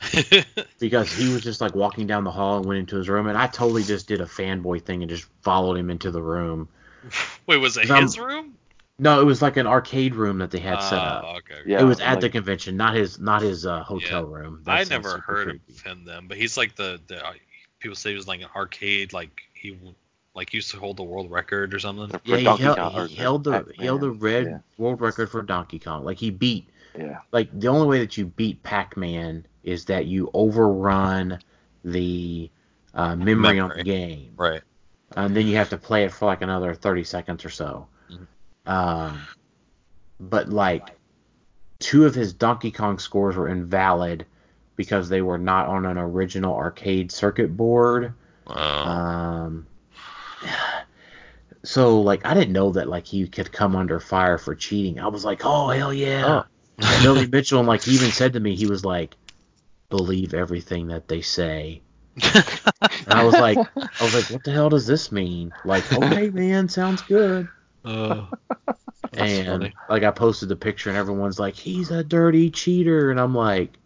people- because he was just like walking down the hall and went into his room, and I totally just did a fanboy thing and just followed him into the room. Wait, was it Some- his room? No, it was like an arcade room that they had set Ah, up. okay. Yeah, it was at the like- convention, not his not his uh, hotel room. That I sounds never super heard creepy. of him then, but he's like the, the uh, people say he was like an arcade, like he w- like used to hold the world record or something. for Yeah, he Donkey held, Kong, or he held the he held the Pac-Man. red world record for Donkey Kong. Like he beat Yeah, yeah. like the only way that you beat Pac-Man is that you overrun the uh, memory, on Memory. the game, Right. and Um, then you have to play it for like another thirty seconds or so. Mhm. Um, but like two of his Donkey Kong scores were invalid because they were not on an original arcade circuit board. Oh. Um, so like I didn't know that like he could come under fire for cheating. I was like, oh hell yeah. And Billy Mitchell and like he even said to me, he was like, believe everything that they say. And I was like, I was like, what the hell does this mean? Like, okay, man, sounds good. Uh, that's and funny. like I posted the picture and everyone's like, he's a dirty cheater, and I'm like,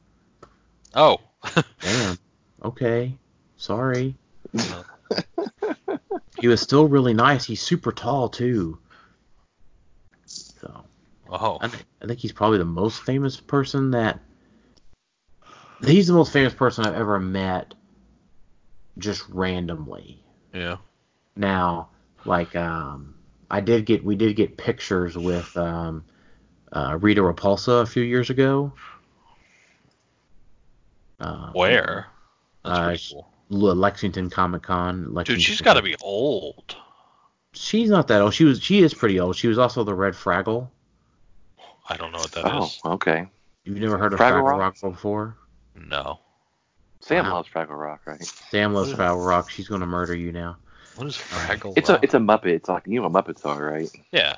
Oh. damn, okay, sorry. No. he was still really nice. He's super tall too. So Oh. I, th- I think he's probably the most famous person that he's the most famous person I've ever met just randomly. Yeah. Now, like um I did get we did get pictures with um uh, Rita Repulsa a few years ago. Uh, Where? That's Uh, pretty sh- cool. Le- Lexington Comic Con. Dude, Lexington she's got to be old. She's not that old. She was. She is pretty old. She was also the Red Fraggle. I don't know what that is. Oh, okay. You've never heard of Fraggle Fraggle Rock? Rock, before? No. Sam Wow. loves Fraggle Rock, right? Sam loves Yeah. Fraggle Rock. She's gonna murder you now. What is Fraggle Uh, It's Rock? a it's a Muppet. It's like you know what Muppets are, right? yeah.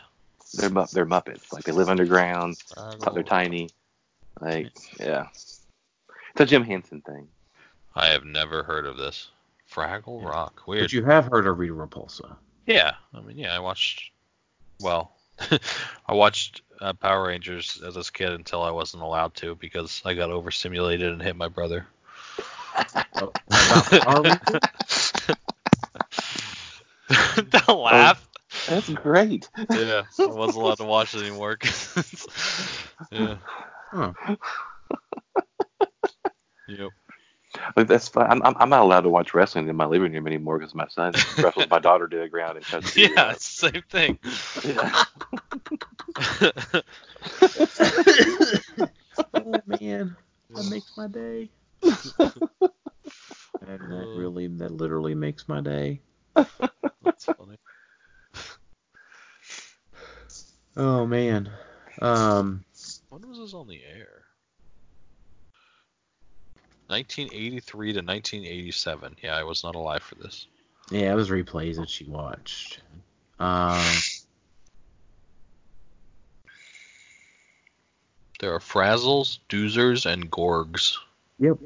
They're mu- they're Muppets. Like they live underground. Fraggle They're Rock. tiny. Like yeah. It's a Jim Henson thing. I have never heard of this. Fraggle Rock. Weird. But you have heard of Rita Repulsa. Yeah, I mean, yeah, I watched. Well, I watched uh, Power Rangers as a kid until I wasn't allowed to because I got overstimulated and hit my brother. Oh, about Power Rangers? Don't laugh. That's great. Yeah, I wasn't allowed to watch it anymore. 'cause- yeah. Huh. Yep. Like, that's fine. I'm, I'm I'm not allowed to watch wrestling in my living room anymore because my son wrestles my daughter to the ground and cuts her ear Yeah, out. it's the same thing. Yeah. oh man, that makes my day. And that really, that literally makes my day. That's funny. Oh man. Um. When was this on the air? 1983 to 1987. Yeah, I was not alive for this. Yeah, it was replays that she watched. Um. There are frazzles, doozers, and gorgs. Yep.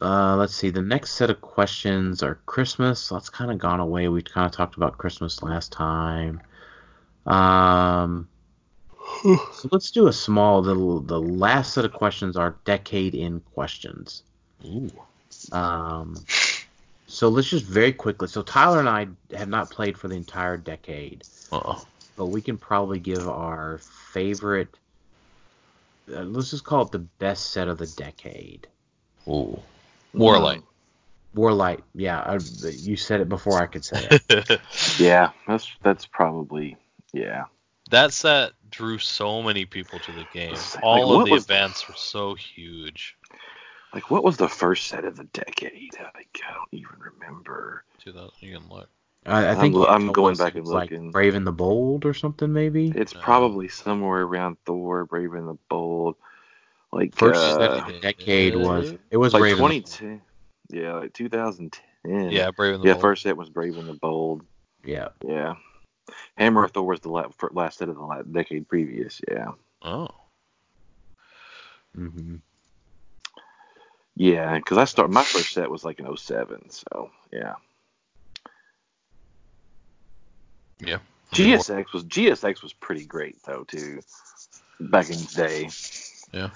Uh, let's see. The next set of questions are Christmas. That's kind of gone away. We kind of talked about Christmas last time. Um, so let's do a small. The the last set of questions are decade in questions. Ooh. Um, so let's just very quickly. So Tyler and I have not played for the entire decade Uh-oh. but we can probably give our favorite. Uh, let's just call it the best set of the decade. Ooh. Warlight. Warlight, yeah, I, you said it before I could say it. Yeah, that's that's probably yeah. that set drew so many people to the game. Like, All what of the was- events were so huge. Like what was the first set of the decade? Like, I don't even remember. 2000, you can look. I, I I'm think lo- you I'm told going us back it was and looking. Like Brave and the Bold or something, maybe. It's No. probably somewhere around Thor, Brave and the Bold. Like First set uh, of the decade was it was like Brave. and the- 2010. Yeah, like 2010. Yeah, Brave and the Yeah, Bold. first set was Brave and the Bold. Yeah. Yeah. Hammer of Thor was the la- for- last set of the la- decade previous. Yeah. Oh. hmm Yeah, because I start my first set was like an 07, so yeah. Yeah. GSX was GSX was pretty great though too, back in the day. Yeah.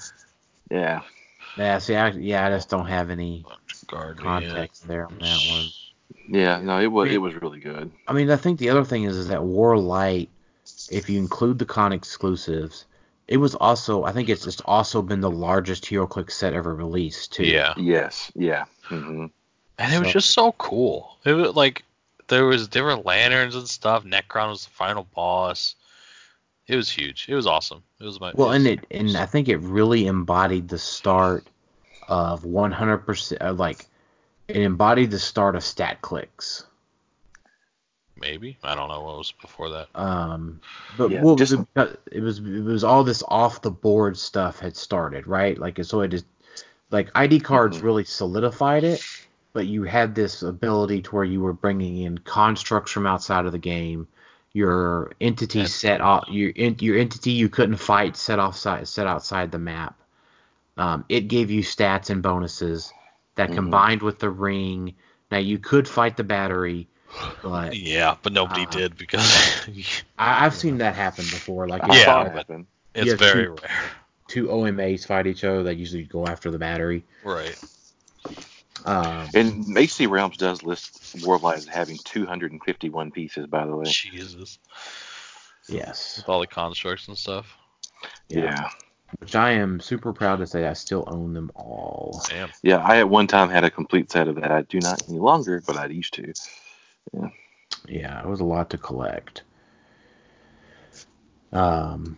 Yeah. Yeah. See, I, yeah, I just don't have any Guardian. context there on that one. Yeah. No, it was it was really good. I mean, I think the other thing is is that Warlight, if you include the con exclusives, it was also I think it's it's also been the largest HeroClix set ever released too. Yeah. Yes. Yeah. hmm And it was So- just so cool. It was like there was there were lanterns and stuff. Necron was the final boss. It was huge. It was awesome. It was my Well, and it's- it and I think it really embodied the start of 100% uh, like it embodied the start of stat clicks. maybe I don't know what was before that. Um, but Yeah, well, just- it was it was it was all this off the board stuff had started, right? Like so it is like ID cards Mhm. really solidified it, but you had this ability to where you were bringing in constructs from outside of the game. Your entity That's- set off your en- your entity you couldn't fight set offside set outside the map. Um, it gave you stats and bonuses that Mhm. combined with the ring. Now you could fight the battery, but Yeah, but nobody Uh, did because I, I've seen that happen before. Like I it's saw Yeah. it happen. it's yeah, very two- rare. two OMAs fight each other that usually go after the battery. Right. Um, And HC Realms does list Warlight as having 251 pieces, by the way. Jesus. yes, With all the constructs and stuff. Yeah. which I am super proud to say I still own them all. Damn. Yeah, I at one time had a complete set of that. I do not any longer, but I used to. Yeah, it was a lot to collect. Um,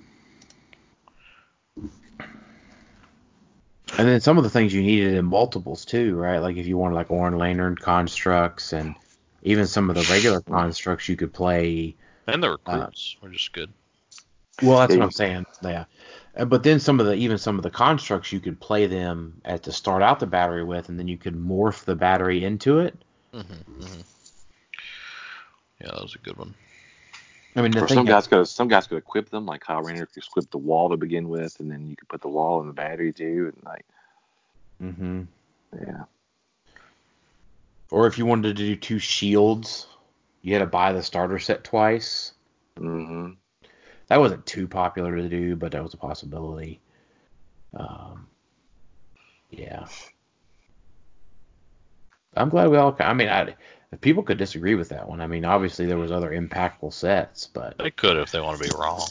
and then some of the things you needed in multiples too, right? Like if you wanted like Orange Lantern constructs and even some of the regular constructs you could play. And Uh, the recruits were just good. Well, that's what Yeah, you- I'm saying. Yeah. Uh, But then some of the even some of the constructs you could play them at to start out the battery with, and then you could morph the battery into it. Mm-hmm, Yeah, that was a good one. I mean, the Or thing some that, guys could some guys could equip them, like Kyle Rayner could equip the wall to begin with, and then you could put the wall and the battery too, and like hmm yeah, or if you wanted to do two shields, you had to buy the starter set twice. hmm That wasn't too popular to do, but that was a possibility. Um, yeah. I'm glad we all. I mean, I, people could disagree with that one. I mean, obviously there was other impactful sets, but They could if they want to be wrong.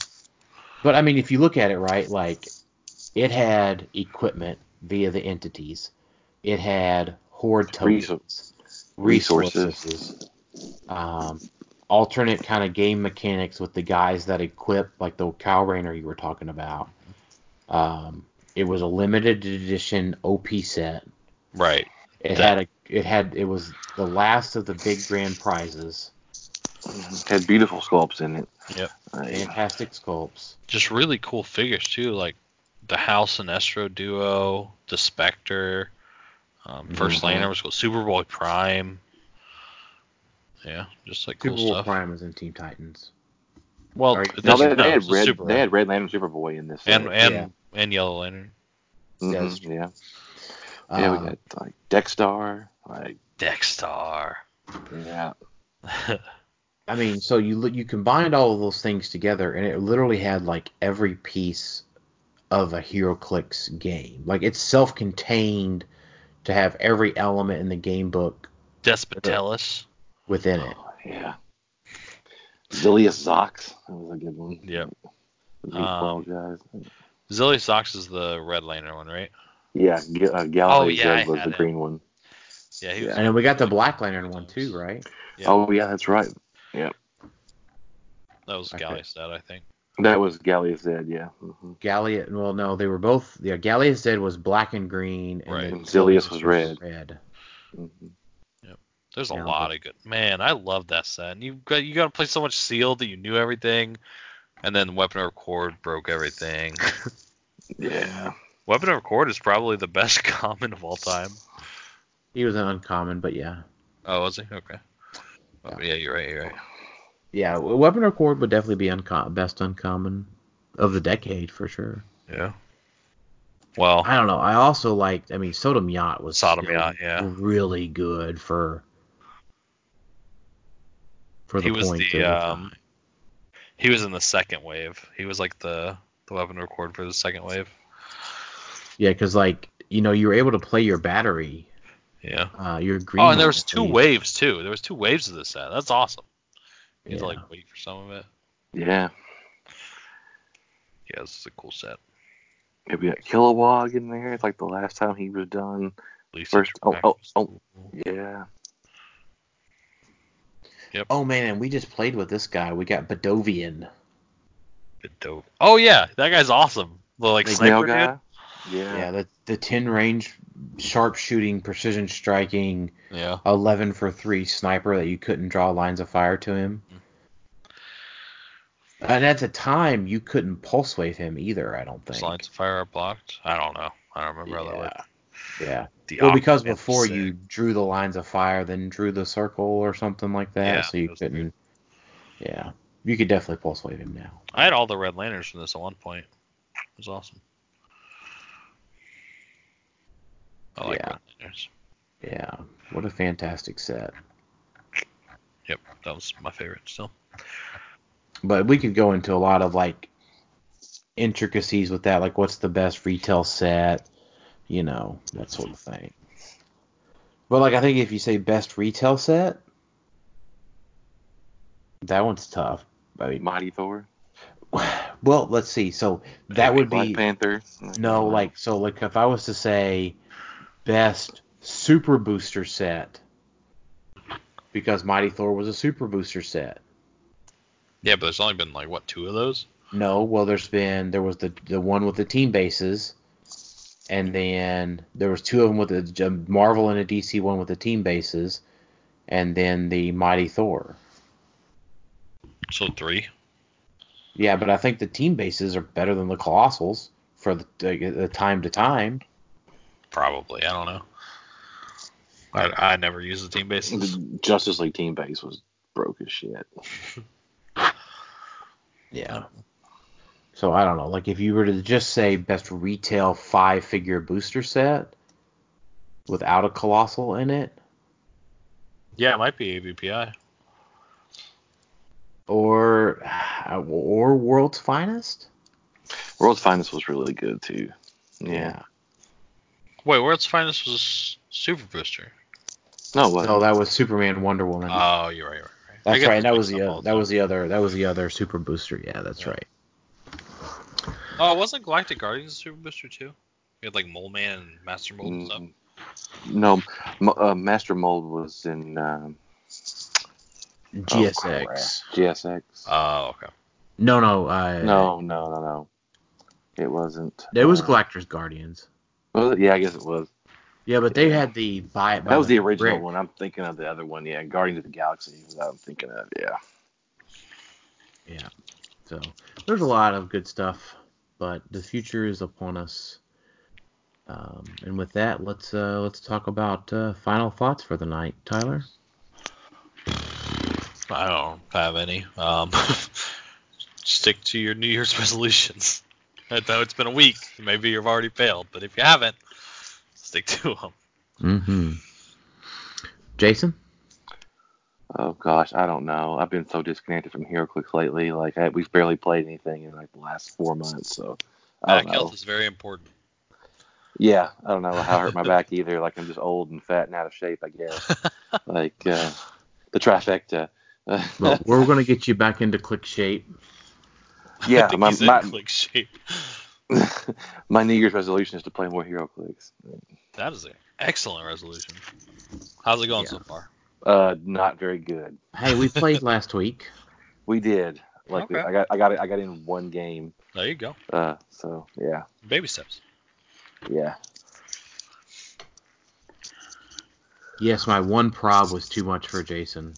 But I mean, if you look at it right, like it had equipment via the entities, it had horde Resou- tokens, resources. resources, um, alternate kind of game mechanics with the guys that equip, like the cow rainer you were talking about. Um, it was a limited edition OP set. Right. It That- had a it had it was the last of the big grand prizes, mm-hmm. had beautiful sculpts in it. Uh, Yep. Like, fantastic sculpts. Just really cool figures too, like the House and Estro duo, the Spectre, um, 1st Mhm. Mm-hmm. Lantern was cool. Superboy Prime. Yeah, just like cool Super Bowl stuff. Prime was in Team Titans. Well, Sorry. it no, doesn't- they, no, they had it's a red. Superboy. They had red Lantern Superboy in this. and set. and yeah. and Yellow Lantern. Mhm, yeah, that's yeah, yeah. Um, We got like Dexstar, like Dexstar. yeah, I mean, so you li- you combined all of those things together, and it literally had like every piece of a HeroClix game. Like it's self-contained to have every element in the game book Despotellus. within it. yeah. Zilius Zox, that was a good one. Yep. Um, The B12 guys. Zilly Sox is the Red Lantern one, right? Yeah, G- uh, Gallifrey Oh, yeah, I Zed was had the it. green one. Yeah, he was. And then we got the Black Lantern one too, right? Yeah. Oh yeah, that's right. That was Okay. Gallius that I think. That was Gallifrey Zed, yeah. hmm Gallia, well, no, they were both. Yeah, Gallia said was black and green, and Right. then Zilius was red. red. hmm There's a Yeah. lot of good. Man, I love that set. And you got you got to play so much Seal E that you knew everything, and then Weapon of Record broke everything. Yeah. Weapon of Record is probably the best common of all time. He was an uncommon, but yeah. Oh, was he? Okay. Oh, yeah, you're right. You're right. yeah, weapon or cord would definitely be unco- best uncommon of the decade for sure. Yeah. Well, I don't know. I also liked. I mean, Sodom Yacht was Oh. Sodom still Yacht, yeah. really good for for the He was point the, of um, time. he was in the second wave. He was like the the weapon record for the second wave. Yeah, because like you know you were able to play your battery, Yeah. uh, your green. Oh, light, and there I was two believe. waves too. There was two waves of this set. That's awesome. You had to Yeah. like wait for some of it. Yeah. Yeah, this is a cool set. At Maybe got Kilowog in there. It's like the last time he was done. least First- it's oh, back oh, to oh. school. Yeah. Oh man, and we just played with this guy. We got Bedovian. Bit dope. Oh yeah, that guy's awesome. The like The Snail sniper dude. guy. Yeah, Yeah. the the ten range, sharp shooting, precision striking, Yeah. eleven for three sniper that you couldn't draw lines of fire to him. Mm. And at the time, you couldn't pulse wave him either. I don't think. His lines of fire are blocked. I don't know. I don't remember how that yeah. worked. yeah. The Well, because Octopus before sick. you drew the lines of fire, then drew the circle or something like that, Yeah, so you that was couldn't. Yeah, you could definitely pulse wave him now. I had all the Red Lanterns from this at one point. It was awesome. I like Yeah. Red Lanterns. Yeah, what a fantastic set. Yep, that was my favorite still. But we could go into a lot of like intricacies with that, like what's the best retail set, you know, that sort of thing. But like I think if you say best retail set, that one's tough. I mean, Mighty Thor. well, let's see. So that would Black be Panther. No, like so like if I was to say best super booster set because Mighty Thor was a super booster set. Yeah, but there's only been like what two of those? No, well there's been there was the the one with the team bases and then there was two of them with a j- Marvel and a DC one with the team bases and then the Mighty Thor. So three. Yeah, but I think the team bases are better than the Colossals for the, the, the time to time. Probably. I don't know. I, I never use the team bases. The Justice League team base was broke as shit. Yeah. So I don't know. Like if you were to just say best retail five figure booster set without a colossal in it, Yeah, it might be ABPI. or or world's finest. World's Finest was really good too. Yeah. Wait, World's Finest was a s- Super Booster. No, what? No, that was Superman, Wonder Uh, Woman. Oh, you're right. You're right. right. I that's get right. That mixed was the up oth- all that time. was the other that was the other super booster. Yeah, that's Yeah. right. Oh, wasn't Galactic Guardians a Super Booster too? You had like Mole Man and Master Mold and stuff. Mm, Mm-hmm. no, M- uh, Master Mold was in um, oh, crap. GSX. GSX. Oh, okay. no, no. Uh, no, no, no, no. It wasn't. It was uh, Galactus Guardians. was it? Yeah, I guess it was. Yeah, but they had the buy it. by That was the original brick. one. I'm thinking of the other one. Yeah, Guardians of the Galaxy. is what I'm thinking of. Yeah. So there's a lot of good stuff, but the future is upon us. Um, and with that, let's uh, let's talk about uh, final thoughts for the night, Tyler. I don't have any. Um, stick to your New Year's resolutions. I know it's been a week. Maybe you've already failed, but if you haven't, stick to them. Mm-hmm. Jason. Oh gosh, I don't know. I've been so disconnected from HeroClix lately. Like I, we've barely played anything in like the last four months. So I Back don't know. health is very important. Yeah, I don't know how I hurt my back either. Like I'm just old and fat and out of shape, I guess. like uh, the trifecta. Well, we're gonna get you back into click shape. I yeah, think my, he's in my, click shape. my New Year's resolution is to play more HeroClix. That is an excellent resolution. How's it going Yeah. so far? Uh, not very good. Hey, we played last week. We did. Like we- Okay. I got I got I got in one game. There you go. Uh, so yeah, Baby steps. yeah. Yes, my one prob was too much for Jason.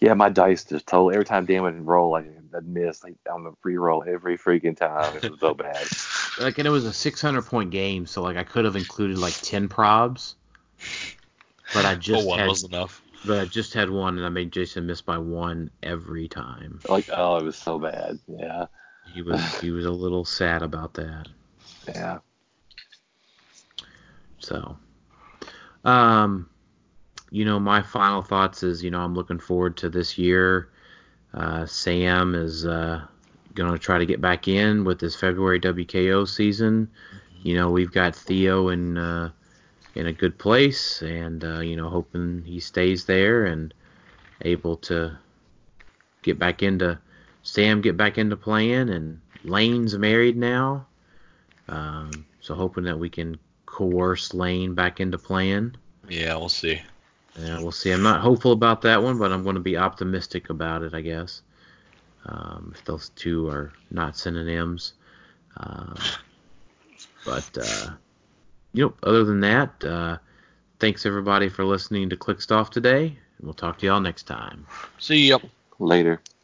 Yeah, my dice just told every time damn it and roll like I'd miss like on the re-roll every freaking time. It was so bad. Like, and it was a 600 point game, so like I could have included like 10 probs, but I just But Oh, one had was enough. But I just had one, and I made Jason miss by one every time. Like, oh, it was so bad. Yeah. He was he was a little sad about that. Yeah. So, um, you know, my final thoughts is, you know, I'm looking forward to this year. Uh, Sam is uh, going to try to get back in with this February WKO season. You know, we've got Theo in uh, in a good place, and uh, you know, hoping he stays there and able to get back into Sam, get back into playing, and Lane's married now, um, so hoping that we can coerce Lane back into playing. Yeah, we'll see. Yeah, we'll see. I'm not hopeful about that one, but I'm going to be optimistic about it, I guess. Um, if those two are not synonyms, um, but uh, you know, other than that, uh, thanks everybody for listening to Click Stuff today. and We'll talk to y'all next time. See ya. Later.